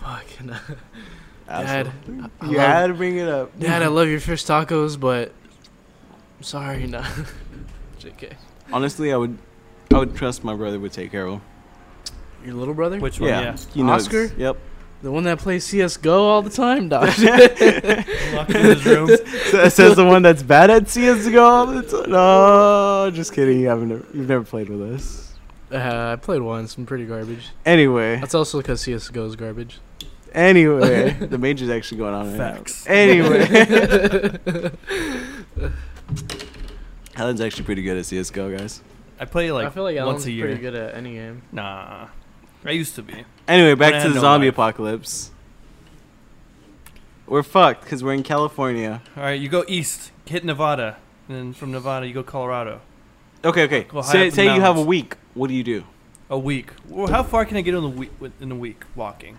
A: fuck. no. Dad, I
D: you
A: love-
D: had to bring it up.
A: Dad, I love your fish tacos, but I'm sorry, no. JK.
D: Honestly, I would, I would trust my brother would take care of him.
A: Your little brother?
B: Which one? Yeah.
D: You know,
A: Oscar?
D: it's- Yep.
A: The one that plays CSGO all the time? No.
B: Locked in his room.
D: So, says the one that's bad at CS:GO. all the time. No, just kidding. You haven't. Never, you've never played with us.
A: uh, I played once. I'm pretty garbage.
D: Anyway,
A: That's also because CSGO is garbage.
D: anyway, the major's actually going on. Right now.
B: Facts.
D: Anyway, Helen's actually pretty good at CS:GO, guys.
B: I play like,
A: I feel like Alan's
B: once a year.
A: pretty good at any game.
B: Nah, I used to be.
D: Anyway,
B: I
D: back to
B: had
D: the
B: no
D: zombie
B: life.
D: apocalypse. We're fucked because we're in California.
B: All right, you go east, hit Nevada, and then from Nevada you go Colorado.
D: Okay, okay.
B: Go high up
D: say
B: in
D: say you have a
B: mountains.
D: week. What do you do?
B: A week. Well, how far can I get in a week? In a week, walking.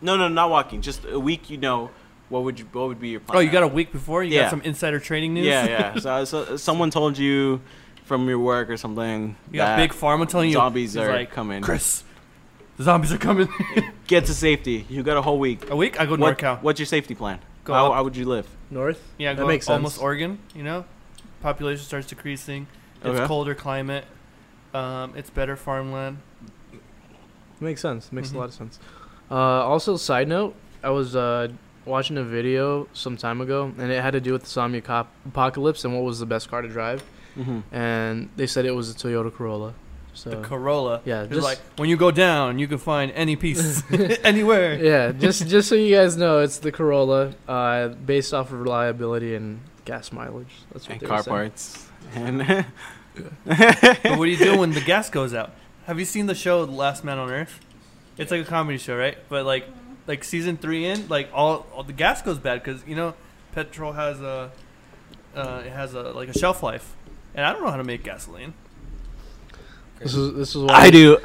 D: No, no, not walking. Just a week. You know, what would you? What would be your plan?
B: Oh, you got a week before. You
D: Yeah.
B: got some insider trading news.
D: Yeah, yeah. so, so someone told you from your work or something.
B: you got
D: that
B: Big Pharma telling you
D: Zombies
B: he's
D: are
B: like,
D: coming.
B: Chris, the zombies are coming.
D: Get to safety. You got a whole week.
B: a week? I go to
D: What,
B: NorCal.
D: what's your safety plan?
B: Go
D: how,
B: up.
D: how would you live?
A: North?
B: Yeah,
A: That
B: go
A: makes
B: almost
A: sense.
B: Oregon. You know, population starts decreasing. It's
D: Okay.
B: colder climate. Um, it's better farmland.
A: Makes sense. Makes
D: Mm-hmm.
B: Mhm.
A: a lot of sense. Uh, also, side note, I was uh, watching a video some time ago, and it had to do with the zombie cop- apocalypse and what was the best car to drive.
D: Mm-hmm.
A: And they said it was a Toyota Corolla. So
B: The Corolla.
A: yeah,
B: It's
A: just
B: like when you go down, you can find any piece anywhere.
A: yeah, just just so you guys know, it's the Corolla, uh, based off of reliability and gas mileage. That's what
D: And
A: they
D: car
A: were saying.
D: parts. And
B: But what do you do when the gas goes out? Have you seen the show Last Man on Earth? It's like a comedy show, right? But like, like season three in, like all, all the gas goes bad because you know petrol has a, uh, it has a like a shelf life, and I don't know how to make gasoline.
A: This is this is why
D: I do.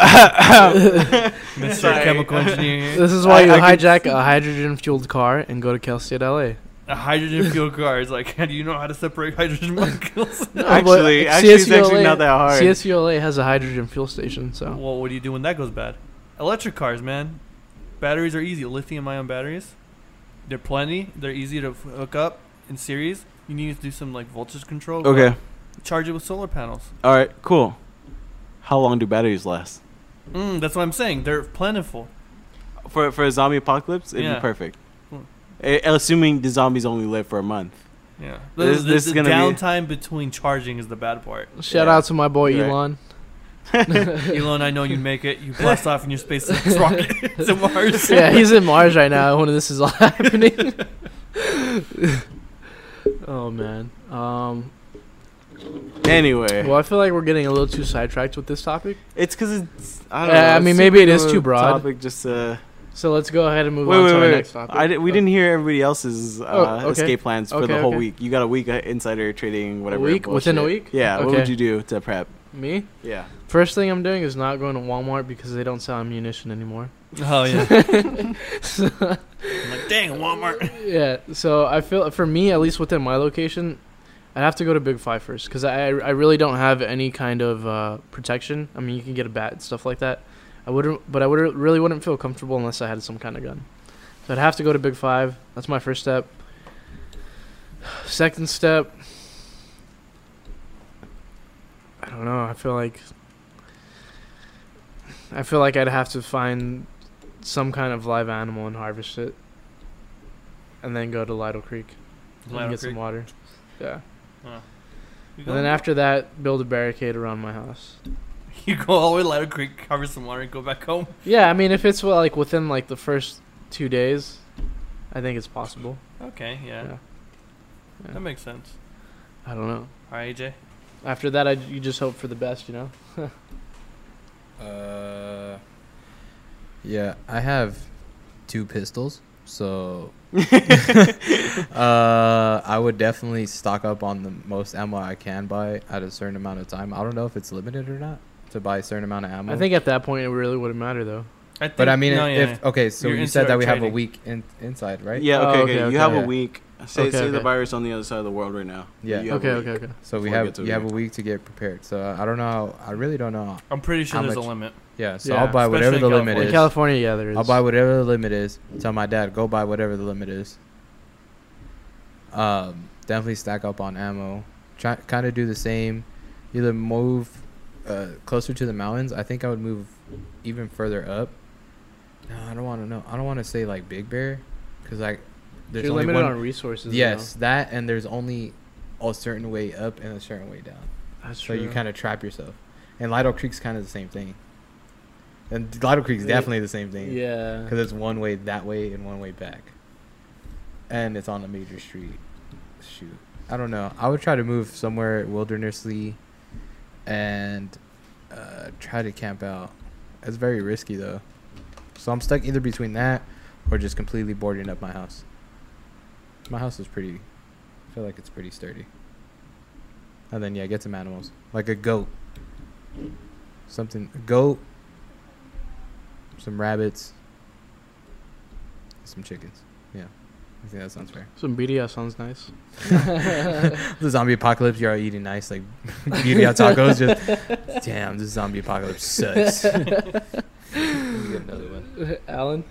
B: Mister
D: Sorry.
B: Chemical Engineer, here.
A: This is why
D: I-
A: you
D: I can
A: hijack a hydrogen fueled car and go to Cal State LA.
B: a hydrogen fuel car is like, how do you know how to separate hydrogen molecules?
A: No, but
D: Actually- actually, it's actually
A: CSULA
D: not that hard.
A: CSULA has a hydrogen fuel station, so
B: well, what do you do when that goes bad? Electric cars, man. Batteries are easy. Lithium-ion batteries. They're plenty. They're easy to f- hook up in series. You need to do some like voltage control. but
D: okay.
B: Charge it with solar panels.
D: All right. Cool. How long do batteries last?
B: Mm, that's what I'm saying. They're plentiful.
D: For for a zombie apocalypse, it'd
B: Yeah.
D: be perfect.
B: Hmm.
D: A- Assuming the zombies only live for a month.
B: Yeah.
D: This-
B: the,
D: this
B: the
D: is gonna be-
B: downtime between charging is the bad part.
A: shout
D: Yeah.
A: out to my boy
D: You're right.
A: Elon.
B: Elon, I know you make it. You blast off in your SpaceX rocket to Mars.
A: yeah, he's in Mars right now when this is all happening. oh man. Um,
D: Anyway,
A: well, I feel like we're getting a little too sidetracked with this topic,
D: it's because it's. I don't
A: Uh,
D: know.
A: I
D: it's
A: mean,
D: too
A: maybe it
D: big
A: is
D: of a
A: too broad.
D: Topic just uh,
A: so let's go ahead and move
D: wait,
A: on to
D: wait,
A: our
D: wait.
A: next topic.
D: I di- we didn't hear everybody else's uh,
A: Oh, okay.
D: escape plans for
A: Okay,
D: the whole
A: okay.
D: week. You got a week of insider trading, whatever.
A: week? Within a
D: bullshit.
A: week?
D: Yeah. What would
A: Okay.
D: you do to prep?
A: Me?
D: Yeah.
A: First thing I'm doing is not going to Walmart because they don't sell ammunition anymore.
B: Oh yeah. I'm like, dang, Walmart.
A: Yeah, so I feel for me at least within my location, I'd have to go to Big Five first because I I really don't have any kind of uh, protection. I mean, you can get a bat and stuff like that. I wouldn't, but I would really wouldn't feel comfortable unless I had some kind of gun. So I'd have to go to Big Five. That's my first step. Second step, I don't know. I feel like I feel like I'd have to find some kind of live animal and harvest it, and then go to Lytle Creek
B: Lion
A: and get some
B: Creek.
A: water. Yeah,
B: Huh. You
A: and then
B: go-
A: after that, build a barricade around my house.
B: you go all the way to Lido Creek, cover some water, and go back home.
A: Yeah, I mean, if it's well, like within like the first two days, I think it's possible.
B: Okay, yeah.
A: Yeah. Yeah.
B: That makes sense.
A: I don't know.
B: All right, AJ.
A: After that, I you just hope for the best, you know.
C: Uh, yeah, I have two pistols, so uh, I would definitely stock up on the most ammo I can buy at a certain amount of time. I don't know if it's limited or not to buy a certain amount of ammo.
A: I think at that point it really wouldn't matter though.
B: I think,
C: but I mean,
B: no, yeah,
C: if
B: yeah.
C: okay, so
B: You're
C: you said that we have a
B: insider trading.
C: week in, inside, right?
D: Yeah,
A: Oh,
D: okay, okay.
A: okay, okay.
D: You have
C: Yeah.
D: a week. Say,
A: Okay,
D: say the
A: okay.
D: virus on the other side of the world right now.
C: Yeah.
D: You have
A: Okay,
D: a
A: okay,
D: week.
A: okay.
C: So we
D: Before it
C: have
D: gets to
C: you have a
D: week.
C: week to get prepared. So I don't know. I really don't know.
B: I'm pretty sure
C: how
B: there's
C: much-
B: a limit.
C: Yeah. So
A: Yeah,
C: I'll buy
B: especially
C: whatever
B: in
C: the limit
B: California.
A: In
C: is.
A: California, yeah, there is.
C: I'll buy whatever the limit is. Tell my dad, go buy whatever the limit is. Um, definitely stack up on ammo. Try kind of do the same. Either move uh, closer to the mountains. I think I would move even further up. No, I don't want to know. I don't want to say like Big Bear, because like there's
A: You're
C: only
A: limited
C: one.
A: on resources. you know.
C: yes, that and there's only a certain way up and a certain way down.
A: that's
C: So
A: true.
C: you kind of trap yourself. And Lido Creek's kind of the same thing. And Lido Creek's
A: Yeah.
C: definitely the same thing
A: Yeah.
C: because it's one way that way and one way back, and it's on a major street. Shoot, I don't know. I would try to move somewhere wildernessly, and uh, try to camp out. It's very risky though, so I'm stuck either between that or just completely boarding up my house. My house is pretty. I feel like it's pretty sturdy. And then yeah, get some animals like a goat, something a goat, some rabbits, some chickens. Yeah, I think that sounds fair.
A: Some BDS sounds nice.
C: the zombie apocalypse, you're all eating nice like beauty out tacos. Just damn, this zombie apocalypse sucks. Let me get another one.
A: Alan.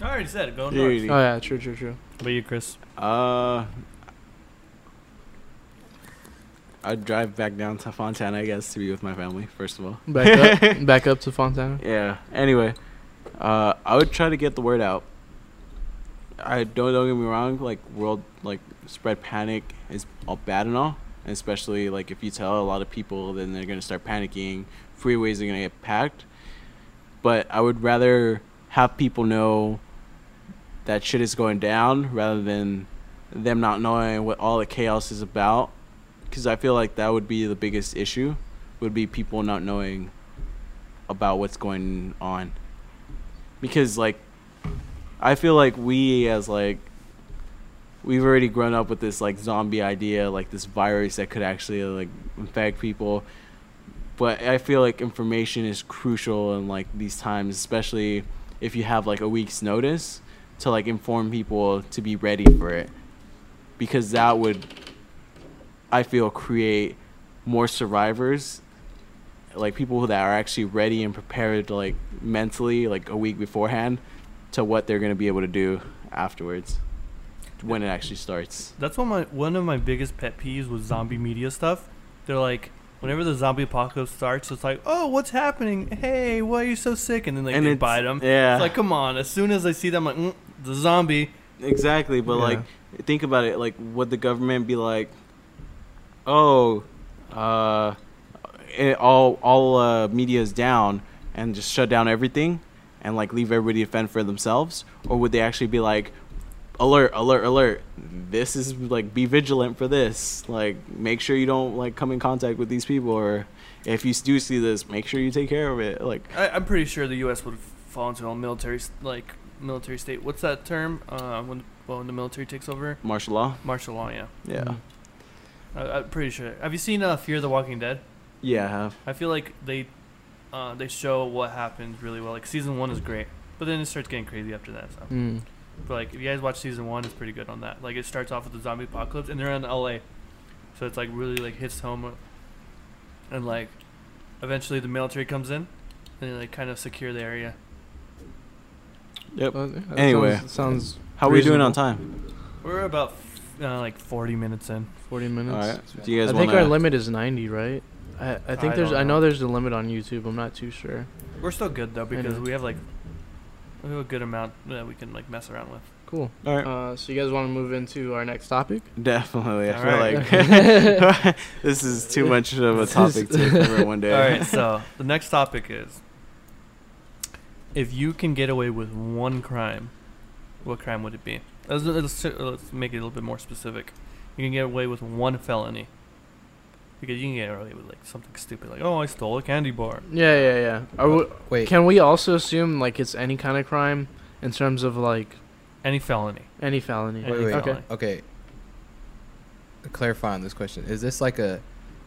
B: I already said it. Go
D: Yeah,
B: north.
D: yeah,
A: Oh yeah, true, true, true.
B: But you, Chris.
D: Uh, I'd drive back down to Fontana, I guess, to be with my family, first of all.
A: Back up, back up to Fontana.
D: Yeah. Anyway, uh, I would try to get the word out. I don't don't get me wrong. Like world, like spread panic is all bad and all, and especially like if you tell a lot of people, then they're gonna start panicking. Freeways are gonna get packed. But I would rather have people know that shit is going down rather than them not knowing what all the chaos is about. Because I feel like that would be the biggest issue, would be people not knowing about what's going on because like i feel like we as like we've already grown up with this like zombie idea like this virus that could actually like infect people but i feel like information is crucial in like these times especially if you have like a week's notice to like inform people to be ready for it because that would i feel create more survivors like people that are actually ready and prepared like mentally like a week beforehand to what they're going to be able to do afterwards when it actually starts
B: That's one of my one of my biggest pet peeves with zombie media stuff. They're like, whenever the zombie apocalypse starts, it's like, oh, what's happening? Hey, why are you so sick? And then like
D: and
B: they
D: it's-
B: bite them.
D: yeah
B: It's like, come on. As soon as I see them, I'm like, mm, the zombie.
D: exactly but
A: Yeah.
D: like think about it like would the government be like oh uh it, all all uh, media is down and just shut down everything and like leave everybody to fend for themselves or would they actually be like alert alert alert this is like be vigilant for this like make sure you don't like come in contact with these people or if you do see this make sure you take care of it like
B: I, I'm pretty sure the U.S. would fall into a military s- like military state. What's that term? Uh, when well, when the military takes over
D: martial law
B: martial law. Yeah,
D: yeah
A: Mhm.
B: I, I'm pretty sure. Have you seen uh, Fear the Walking Dead?
D: yeah I have.
B: I feel like they uh, they show what happens really well. Like season one is great, but then it starts getting crazy after that. So,
A: Mm.
B: but like if you guys watch season one, it's pretty good on that. Like it starts off with the zombie apocalypse, and they're in L.A., so it's like really like hits home, and like eventually the military comes in, and they like kind of secure the area.
D: yep
A: Well, yeah, that
D: Anyway.
A: sounds, sounds
D: how are we doing
A: Reasonable.
D: on time
B: We're about uh, like 40 minutes in.
A: forty
D: all
A: minutes.
D: right do you
A: I
D: guys
A: think
D: wanna-
A: our limit is ninety, right? I, I think
B: I
A: there's
B: don't
A: I
B: know.
A: know there's a limit on YouTube. I'm not too sure.
B: We're still good though because
A: Anyway.
B: we have like we have a good amount that we can like mess around with.
A: Cool.
D: All right.
A: Uh, so you guys want to move into our next topic?
D: Definitely. I
B: All
D: feel like this is too much of a topic to cover in one day.
B: All right, so the next topic is if you can get away with one crime, what crime would it be? Let's, let's, let's make it a little bit more specific. You can get away with one felony. Because you can get away with like something stupid, like oh, I stole a candy bar.
A: Yeah, yeah, yeah. Are we,
C: Wait,
A: can we also assume like it's any kind of crime in terms of like
B: Any felony.
A: any felony?
B: Any
C: Wait, wait.
B: felony.
A: Okay.
C: okay. Clarify on this question. Is this like a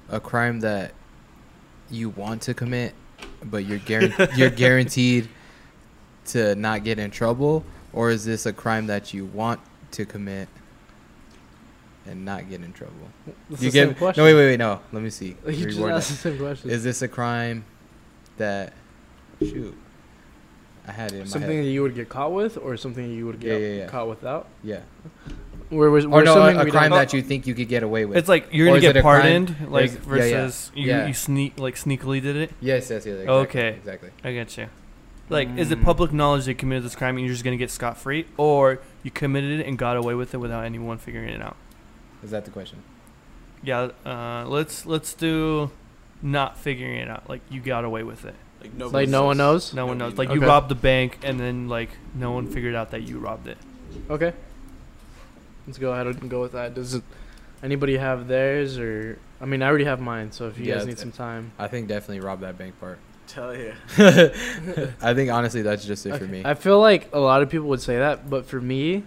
C: a crime that you want to commit, but you're guaran- you're guaranteed to not get in trouble, or is this a crime that you want to commit and not get in trouble?
A: That's
C: you
A: the same
C: get
A: question.
C: no. Wait, wait, wait. No, let me see.
A: You just
C: Reword
A: asked
C: that.
A: the same question.
C: Is this a crime that shoot? I had it in my
A: something
C: head.
A: that you would get caught with, or something that you would get
C: Yeah, yeah, yeah.
A: caught without?
C: Yeah.
A: Where was
C: Or
A: we're
C: no,
A: assuming
C: a, a
A: we
C: crime
A: don't-
C: that you think you could get away with.
B: It's like you're
C: Or
B: gonna
C: is it
B: get
C: a crime?
B: pardoned, like
C: There's- yeah, yeah.
B: versus you
C: Yeah.
B: you sneak like sneakily did it.
C: Yes, yes, yes. Exactly,
B: Okay.
C: Exactly.
B: I get you. Like, is it
A: Mm.
B: public knowledge they committed this crime and you're just gonna get scot free, or you committed it and got away with it without anyone figuring it out?
C: Is that the question?
B: Yeah, uh, let's let's do not figuring it out. Like you got away with it.
D: Like, nobody
A: like no one knows?
B: No one knows. Like
A: Okay.
B: you robbed the bank and then like no one figured out that you robbed it.
A: Okay. Let's go ahead and go with that. Does it, anybody have theirs or I mean I already have mine, so if you
C: Yeah,
A: guys need
C: it's-
A: some time.
C: I think definitely rob that bank part.
D: Tell you.
C: I think honestly that's just it for
A: Okay.
C: me.
A: I feel like a lot of people would say that, but for me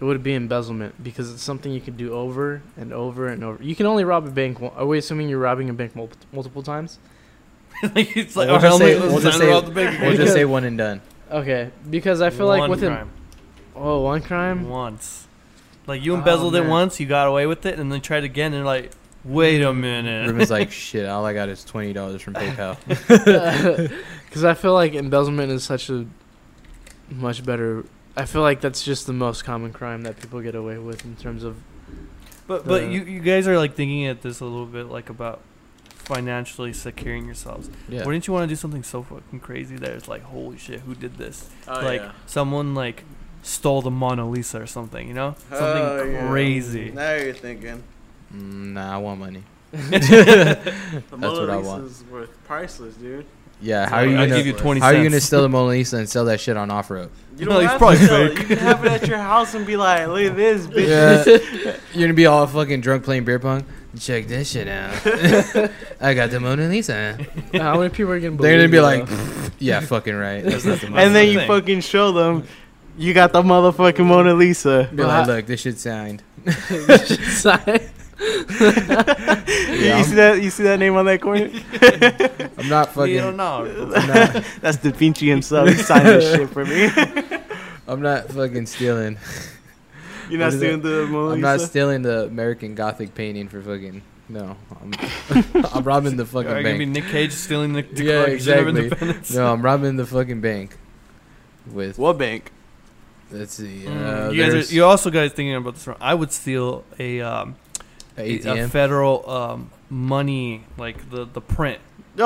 A: it would be embezzlement because it's something you can do over and over and over. You can only rob a bank. one- Are we assuming you're robbing a bank mul- multiple times?
B: like it's like
C: We'll
B: our
C: just say-
B: helmet was
C: we'll just
B: designed to
C: say-
B: rob the bank.
C: we'll just say one and done.
A: Okay, because I feel like
B: One
A: within
B: crime.
A: oh one crime.
B: once. Like you
A: Oh,
B: embezzled it
A: man.
B: once, you got away with it, and then tried again, and like, wait a minute.
C: Ruben's like, shit, all I got is twenty dollars from PayPal.
A: because I feel like embezzlement is such a much better. I feel like that's just the most common crime that people get away with in terms of.
B: But but
A: Uh,
B: you you guys are like thinking at this a little bit like about financially securing yourselves.
C: yeah.
B: Wouldn't you want to do something so fucking crazy that it's like, holy shit, who did this? like
D: Oh, yeah.
B: someone like stole the Mona Lisa or something, you know? Something crazy.
D: Oh, Now you're thinking.
C: Mm, nah, I want money.
D: The
C: That's what I
D: Mona
C: want.
D: Lisa's worth priceless, dude.
C: Yeah. How
B: I'll
C: are you
B: give
C: gonna
B: you 20
C: How are you gonna
B: cents.
C: steal the Mona Lisa and sell that shit on off road?
D: You
B: No,
D: don't
B: it's
D: have
B: probably
D: to sell
B: fake.
D: it. You can have it at your house and be like, look at this, bitch.
C: Yeah. You're gonna be all fucking drunk playing beer pong. Check this shit out. I got the Mona Lisa.
A: How many people are gonna?
C: They're gonna
A: believe
C: be
A: you,
C: like,
A: though?
C: yeah, fucking right.
B: That's not the Mona
D: And then you
B: thing.
D: fucking show them. You got the motherfucking Mona Lisa.
C: Be like, look, this shit's signed.
D: You see that? You see that name on that corner?
C: I'm not fucking.
B: Leonardo.
C: I'm not,
D: That's Da Vinci himself. He signed this shit for me.
C: I'm not fucking stealing. What
D: You're not
C: is
D: seeing the Mona
C: I'm not
D: Lisa.
C: stealing the American Gothic painting for fucking. No, I'm, I'm robbing the
B: Are
C: fucking
B: you gonna be
C: bank.
B: Nick Cage stealing the Declaration
C: Yeah,
B: of
C: exactly.
B: Independence?
C: No, I'm robbing the fucking bank. With
D: What bank?
C: let's see, uh,
B: Mm, you guys
C: there's
B: are, you also guys thinking about this wrong. I would steal a um
C: a
B: a- a
C: ATM.
B: federal um money like the the print.
D: Oh,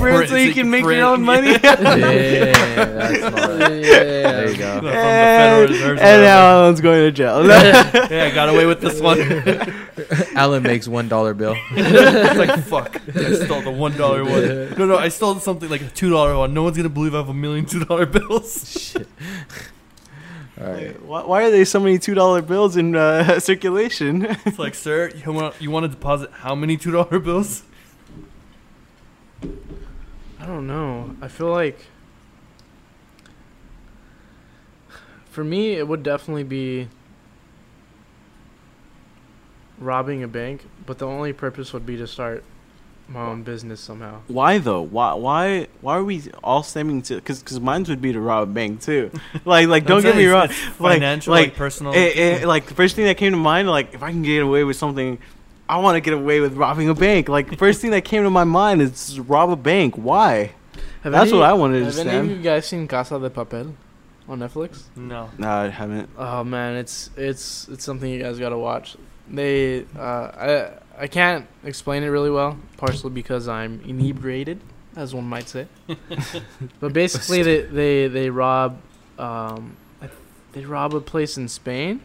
B: Like, print-
C: so you can
D: the print, so
B: so
D: you
B: you
D: can
B: can
D: make
B: print,
D: your own
B: yeah.
D: money.
C: yeah, that's smart. There you
B: From the
C: go.
B: Federal
D: and
B: Reserve
D: and
B: or whatever.
D: now Alan's going to jail. No.
B: yeah, I got away with this one.
C: Alan makes one dollar bill.
B: it's like fuck. I stole the one dollar one. No, no, I stole something like a two dollar one. No one's gonna believe I have a million two dollar bills.
C: Shit. All right.
D: why, why are there so many two dollar bills in uh, circulation?
B: It's like, sir, you want you want to deposit how many two dollar bills?
A: I don't know. I feel like for me, it would definitely be robbing a bank, but the only purpose would be to start my own business somehow.
D: Why though? Why why why are we all stemming to? Because because mine would be to rob a bank too. Like like don't
B: I'm
D: get
B: saying
D: me
B: it's-
D: wrong.
B: it's
D: Like-
B: financial,
D: like,
B: like, personal.
D: It, it, like the first thing that came to mind, like if I can get away with something, I want to get away with robbing a bank. Like the first thing that came to my mind is just rob a bank. Why?
A: Have
D: That's
A: any-
D: what I wanted to
A: Have any of
D: understand.
A: you guys seen Casa de Papel on Netflix?
B: no,
D: No, I haven't.
A: Oh man, it's it's it's something you guys gotta watch. They uh, I I can't explain it really well, partially because I'm inebriated. as one might say. but basically, they they they rob, um, I th- they rob a place in Spain.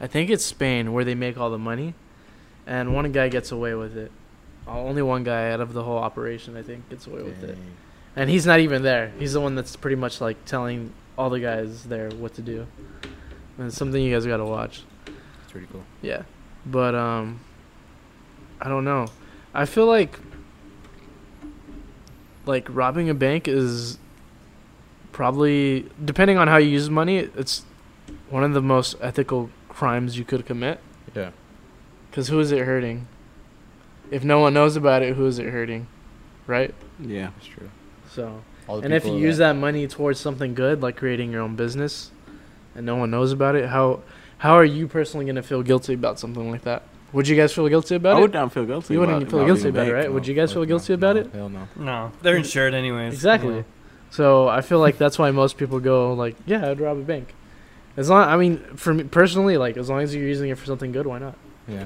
A: I think it's Spain where they make all the money, and one guy gets away with it. Uh, Only one guy out of the whole operation, I think, gets away with it.
C: Dang.
A: And he's not even there. He's the one that's pretty much like telling all the guys there what to do. And it's something you guys gotta watch.
C: It's pretty cool.
A: Yeah. But um I don't know. I feel like like robbing a bank is probably depending on how you use money, it's one of the most ethical crimes you could commit
C: Yeah.
A: cuz who is it hurting? If no one knows about it, who is it hurting? Right?
D: Yeah.
C: That's true.
A: So,
C: All the
A: and if you
C: people
A: use that money towards something good like creating your own business and no one knows about it, how how are you personally going to feel guilty about something like that? Would you guys feel guilty about
D: I
A: it?
D: would not feel guilty.
A: You wouldn't
D: about
A: feel
D: robbing
A: guilty
D: a
A: about it,
D: bank.
A: right? Would you guys
C: fuck
A: feel guilty
C: no,
A: about
C: no,
A: it?
C: Hell no.
B: No, they're insured anyways.
A: Exactly.
B: Yeah.
A: So I feel like that's why most people go like, yeah, I'd rob a bank. As long, I mean, for me personally, like as long as you're using it for something good, why not?
C: Yeah.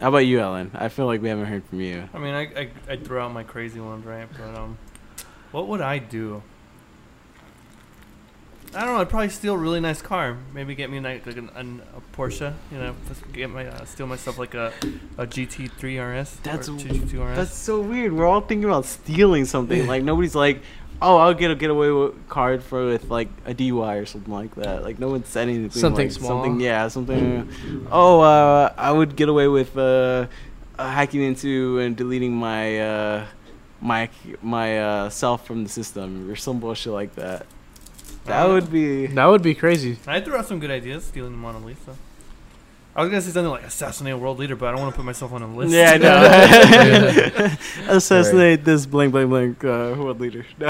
D: How about you, Ellen? I feel like we haven't heard from you.
B: I mean, I, I I threw out my crazy ones, right? But um, what would I do? I don't know. I'd probably steal a really nice car. Maybe get me like, like an, an, a Porsche. You know, just get my uh, steal myself like a a GT3 RS.
D: That's-
B: or GT2 RS.
D: That's so weird. We're all thinking about stealing something. Like nobody's like, oh, I'll get a getaway w- card for with like a DUI or something like that. Like no one said anything.
A: Something
D: like,
A: small.
D: Something yeah. Something. Oh, uh, I would get away with uh, uh, hacking into and deleting my uh, my my uh, self from the system or some bullshit like that. That would be.
A: That would be crazy.
B: I threw out some good ideas. Stealing the Mona Lisa. I was gonna say something like assassinate a world leader, but I don't want to put myself on a list.
D: Yeah, no. Assassinate this blank blank blank uh, world leader. No.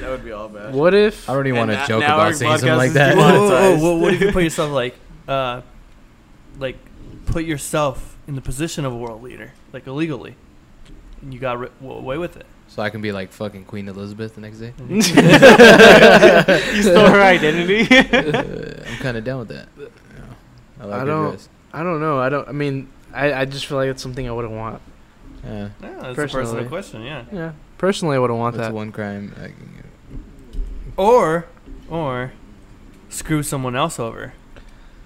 D: that would be all bad.
A: What if?
C: I don't even
D: And
C: want to
D: that-
C: joke
D: now our
C: about saying
D: podcast
C: something like
D: is
C: that.
B: Whoa, whoa, whoa,
D: Monetized.
B: whoa, what if you put yourself like, uh, like, put yourself in the position of a world leader, like illegally, and you got ri- w- away with it?
C: So I can be like fucking Queen Elizabeth the next day.
D: you stole her identity.
C: Uh, I'm kind of down with that. Yeah. I like
A: I
C: your
A: don't-
C: dress.
A: I don't know. I don't. I mean, I, I just feel like it's something I wouldn't want.
C: Yeah.
B: Yeah, that's a
A: Personally.
B: personal question. Yeah.
A: Yeah, personally, I wouldn't want
C: That's
A: that.
C: one crime. I can,
B: Or, or, screw someone else over,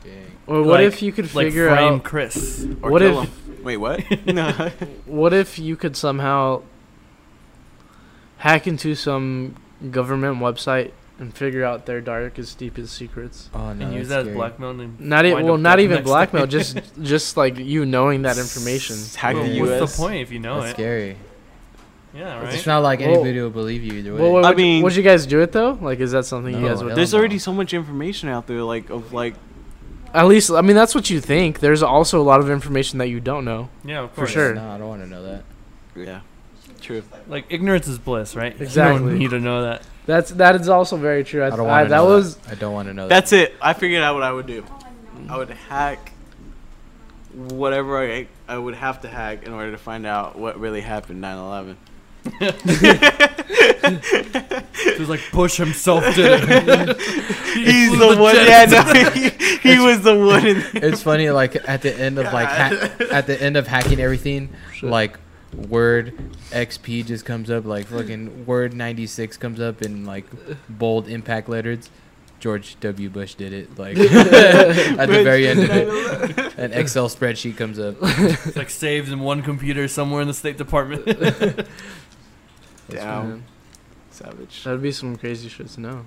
C: dang.
A: Or what
B: Like-
A: if you could
B: like
A: figure
B: frame
A: out?
B: Chris.
D: Or
A: What
D: kill
A: if-
D: him. Wait, what? no.
A: What if you could somehow hack into some government website and figure out their darkest, deepest secrets?
C: Oh no.
B: and use
C: that's
B: that as
C: scary.
B: blackmail. And
A: Not
B: wind
A: even well,
B: up
A: not
B: dead
A: even
B: next day.
A: blackmail. just just like you knowing that information.
D: Hack
B: Well,
D: the
C: Yeah.
B: What's
D: U.S.
B: the point if you know
C: That's
B: it?
C: scary.
B: Yeah,
C: It's
B: right.
C: not like
A: Well-
C: anybody will believe you either way.
A: Well, what,
D: I
A: would you-
D: mean-
A: would you guys do it though? Like, is that something you
C: No,
A: guys would?
C: hell
D: There's
C: no.
D: already so much information out there, like of like
A: At least, I mean, that's what you think. There's also a lot of information that you don't know.
B: Yeah, of
A: For
B: course.
A: sure.
C: No, I don't want to know that.
D: yeah, true.
B: Like ignorance is bliss, right?
A: Exactly.
B: You don't need to know that.
A: That's that is also very true. I,
C: I don't
A: I-
C: want to
A: that
C: know
A: was
C: I don't want to know
D: That's it. I figured out what I would do.
E: Oh, I know.
D: I would hack whatever I I would have to hack in order to find out what really happened 9/11.
B: It was like Bush himself did it.
D: He's the one. Yeah, no, he, he was the one. In
C: that. It's funny, like at the end of like ha- at the end of hacking everything, like word XP just comes up, like fucking word ninety six comes up in like bold impact letters. George W. Bush did it, like at the very end of it. An Excel spreadsheet comes up. Uh,
B: It's like saved in one computer somewhere in the State Department.
D: Damn, savage.
A: That'd be some crazy shit to know.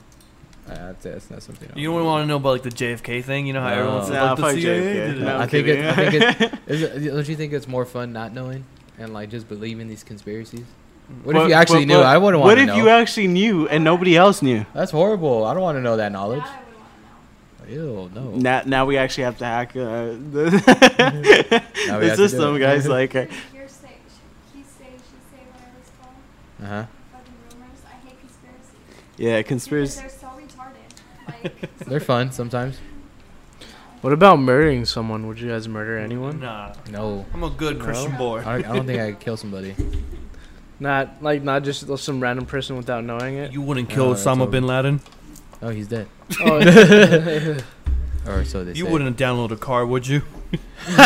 C: Uh, that's not something. I
B: you don't want to know about like the JFK thing. You know how
C: No.
B: everyone's
D: Nah,
B: like
D: fuck
B: the CIA
D: JFK.
B: did it.
D: No,
C: I
D: I'm
C: think it, I think
D: kidding.
C: it, is it, don't you think it's more fun not knowing and like just believing these conspiracies? What
D: But-
C: if you actually
D: but-
C: knew?
D: but
C: I wouldn't want
D: What
C: to
D: if
C: know.
D: you actually knew and nobody else knew?
C: That's horrible. I don't want to know that knowledge.
E: That I would wanna know.
C: Ew, no.
D: Now, now we actually have to hack uh, the,
C: Now we
D: the
C: have to do
D: system,
C: it.
D: guys. Like, uh,
E: Hearsay, sh- he say, she say, whatever it's called.
C: Uh huh.
E: Fucking rumors. I hate conspiracies.
D: yeah,
E: Because
D: conspiracy.
E: they're so retarded. Like,
C: They're fun sometimes.
A: What about murdering someone? Would you guys murder anyone?
B: Nah,
C: No,
B: I'm a good Christian
E: No.
B: boy.
C: I, I don't think I could kill somebody.
A: Not like not just some random person without knowing it.
B: You wouldn't
C: No,
B: kill
C: that's
B: Osama
C: over.
B: bin Laden.
C: Oh, he's dead.
A: Oh, yeah.
C: Or so they
B: You
C: say.
B: wouldn't download a car, would you?
C: you see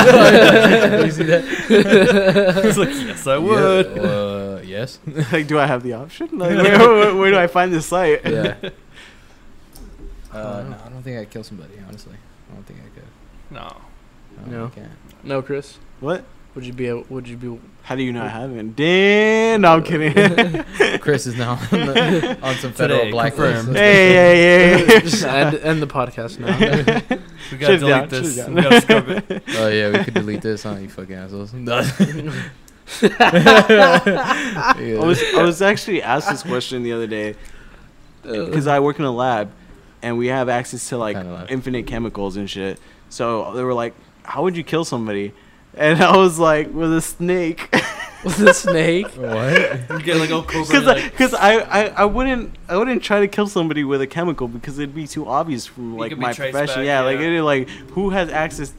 C: that?
B: He's like, yes, I would.
C: Yeah, uh, yes.
D: like, do I have the option? Like, where, where, where do I find this site?
C: Yeah. Uh,
A: Wow.
C: no, I don't think I'd kill somebody, honestly. I don't think I could.
B: No.
A: No.
C: I can't.
A: No, Chris.
D: What?
A: Would you be? A, would you be?
D: How do you not have it? Damn! No, I'm kidding. hey,
C: Chris is now on, the, on some federal
B: Today,
C: blacklist.
B: confirmed.
D: hey, hey, hey.
A: Just end, end the podcast now.
B: We gotta
D: Shut
B: delete
D: down,
B: this.
D: shut
B: We gotta scrub it.
C: Oh yeah, we could delete this, huh? You fucking assholes.
D: I was I was actually asked this question the other day
B: Uh.
D: because I work in a lab, and we have access to like
C: kind of lab?
D: infinite chemicals and shit. So they were like, "How would you kill somebody?" And I was like, "With a snake."
A: With a snake.
C: what?
B: You get like all cobra.
D: Because
B: and, Like,
D: I, I, I wouldn't I wouldn't try to kill somebody with a chemical because it'd be too obvious from
B: You
D: like
B: could be
D: my
B: traced
D: profession.
B: back,
D: yeah, like
B: yeah.
D: it like who has access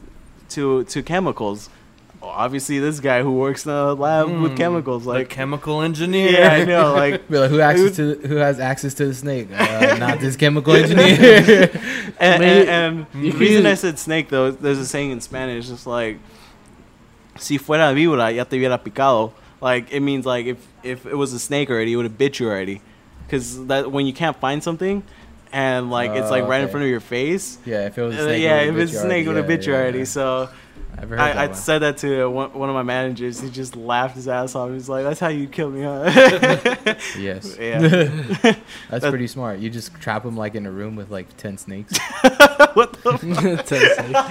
D: to to chemicals? Well, obviously, this guy who works in a lab
B: Hmm,
D: with chemicals.
B: the
D: Like,
B: chemical engineer.
D: yeah, I know. Like,
C: Be like, who access to who has access to the snake? Uh, not this chemical engineer.
D: and,
A: Maybe-
D: and, and
A: you
D: the reason
A: could-
D: I said snake though, there's a saying in Spanish. It's like, si fuera víbora ya te hubiera picado. Like it means like if if it was a snake already, it would have bit you already. Because that when you can't find something, and like it's like
C: Oh,
D: right in
C: okay.
D: front of your face.
C: yeah, if it was a
D: uh,
C: snake,
D: yeah,
C: it
D: if
C: would
D: it's a snake, it would have bit you already. So
C: I've heard
D: I, I
C: that one.
D: said that to one, one of my managers. He just laughed his ass off. He's like, "That's how you kill me, huh?"
C: Yes,
D: yeah.
C: that's pretty smart. You just trap them like in a room with like ten snakes.
D: what the
A: Ten snake.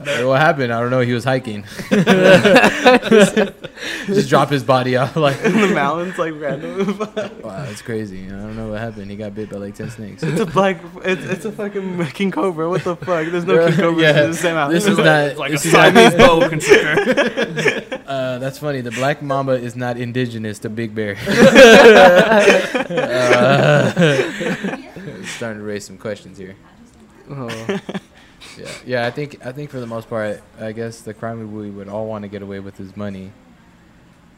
C: Hey, what happened? I don't know. He was hiking. just dropped his body off. Like,
D: in the mountains, like random.
C: wow, that's crazy. I don't know what happened. He got bit by like ten snakes.
D: It's a black. It's, it's a fucking king cobra. What the fuck? There's no king cobra
C: Yeah.
D: in the same house.
C: This is
B: like,
C: not-
B: like
C: this
B: a
C: is not-
B: Siamese boa constrictor.
C: Uh, that's funny. The black mamba is not indigenous to Big Bear. it's starting to raise some questions here.
A: Oh.
C: Yeah, yeah. I think I think for the most part, I guess the crime we would all want to get away with is money,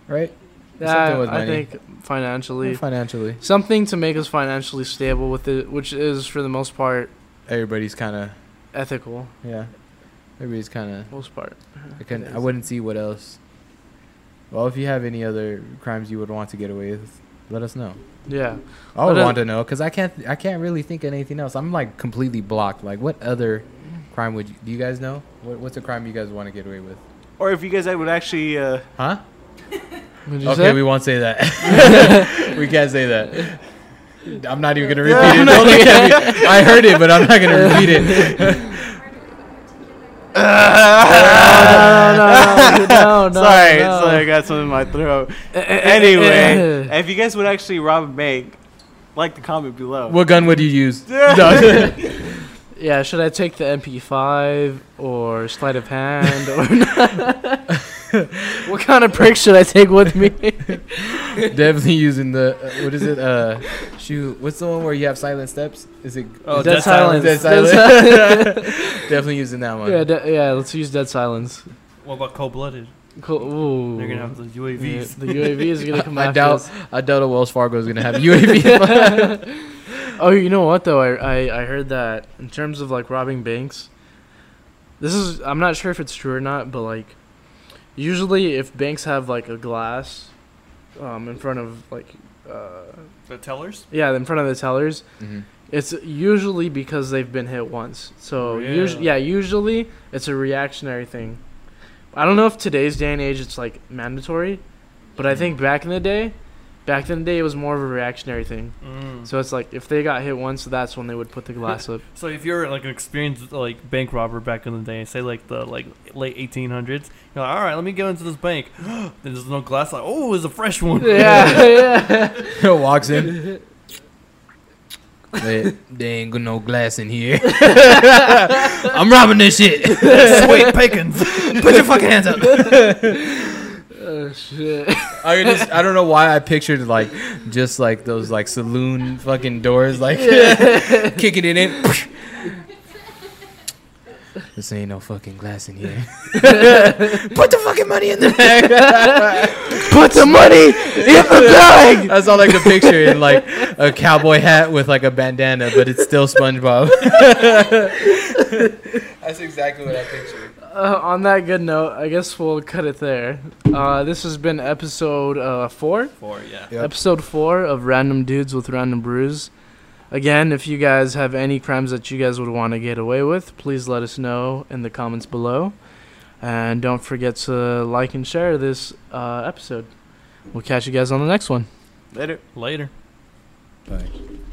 C: right? Something
A: Yeah,
C: with
A: I
C: money.
A: think financially,
C: Financially,
A: something to make us financially stable with it, which is for the most part
C: everybody's kind of
A: ethical.
C: yeah. Everybody's kind of.
A: Most part.
C: I couldn't. I
A: is.
C: wouldn't see what else. Well, if you have any other crimes you would want to get away with, let us know.
A: Yeah.
C: I would
A: But, uh,
C: want to know because I can't. I can't really think of anything else. I'm like completely blocked. Like, what other crime would you, do you guys know? What, what's a crime you guys want to get away with?
D: Or if you guys would actually, uh,
C: Huh?
A: What'd you
C: Okay,
A: say?
C: we won't say that. we can't say that. I'm not even gonna repeat
D: Yeah,
C: it.
D: I'm
C: Don't look at me. I heard it, but I'm not gonna repeat it.
A: no, no, no, no, no,
D: sorry,
A: no.
D: sorry, I got something in my throat.
C: Eh,
D: anyway, if you guys would actually rob a bank, like the comment below.
C: What gun would you use? No.
A: Yeah, should I take the MP5 or sleight of hand or not? what kind of prick should I take with me?
C: Definitely using the uh, what is it? Uh, shoot, what's the one where you have silent steps? Is it?
B: Oh,
A: Dead
B: Dead Silence.
C: Dead
A: silence.
C: silence.
A: Dead
C: Definitely using that one.
A: yeah, de- yeah. Let's use dead silence.
B: What about cold blooded?
A: Cool. Ooh.
B: They're gonna have the
A: Yeah,
B: UAVs.
A: the UAV is gonna come
C: I
A: after
C: doubt-
A: us.
C: I doubt a Wells Fargo is gonna have UAV.
A: oh, you know what though? I, I I heard that in terms of like robbing banks, this is I'm not sure if it's true or not, but like usually if banks have like a glass um, in front of like uh,
B: The tellers?
A: yeah in front of the tellers,
C: Mhm.
A: it's usually because they've been hit once. So usu-
B: Really?
A: yeah, usually it's a reactionary thing. I don't know if today's day and age it's like mandatory, but I think back in the day, back in the day it was more of a reactionary thing.
B: Mm.
A: So it's like if they got hit once, that's when they would put the glass up.
B: So if you're like an experienced like bank robber back in the day, say like the like late 1800s, you're like, all right, let me go into this bank. Then There's no glass. Like, oh, it's a fresh one.
A: yeah, yeah.
C: Walks in. They, they ain't got no glass in here. I'm robbing this shit.
B: Sweet pickings.
C: Put your fucking hands up.
A: Oh shit.
C: I just I don't know why I pictured like just like those like saloon fucking doors like kicking it in. this ain't no fucking glass in here. Put the fucking money in the bag.
A: Put the money in the bag.
C: I saw like a picture in like a cowboy hat with like a bandana, but it's still SpongeBob. That's exactly what I pictured.
A: uh, on that good note, I guess we'll cut it there. Uh, this has been episode uh, four.
B: Four, yeah.
C: Yep.
A: Episode four of Random Dudes with Random Brews. Again, if you guys have any crimes that you guys would want to get away with, please let us know in the comments below. And don't forget to like and share this uh, episode. We'll catch you guys on the next one.
D: Later.
B: Later.
C: Bye.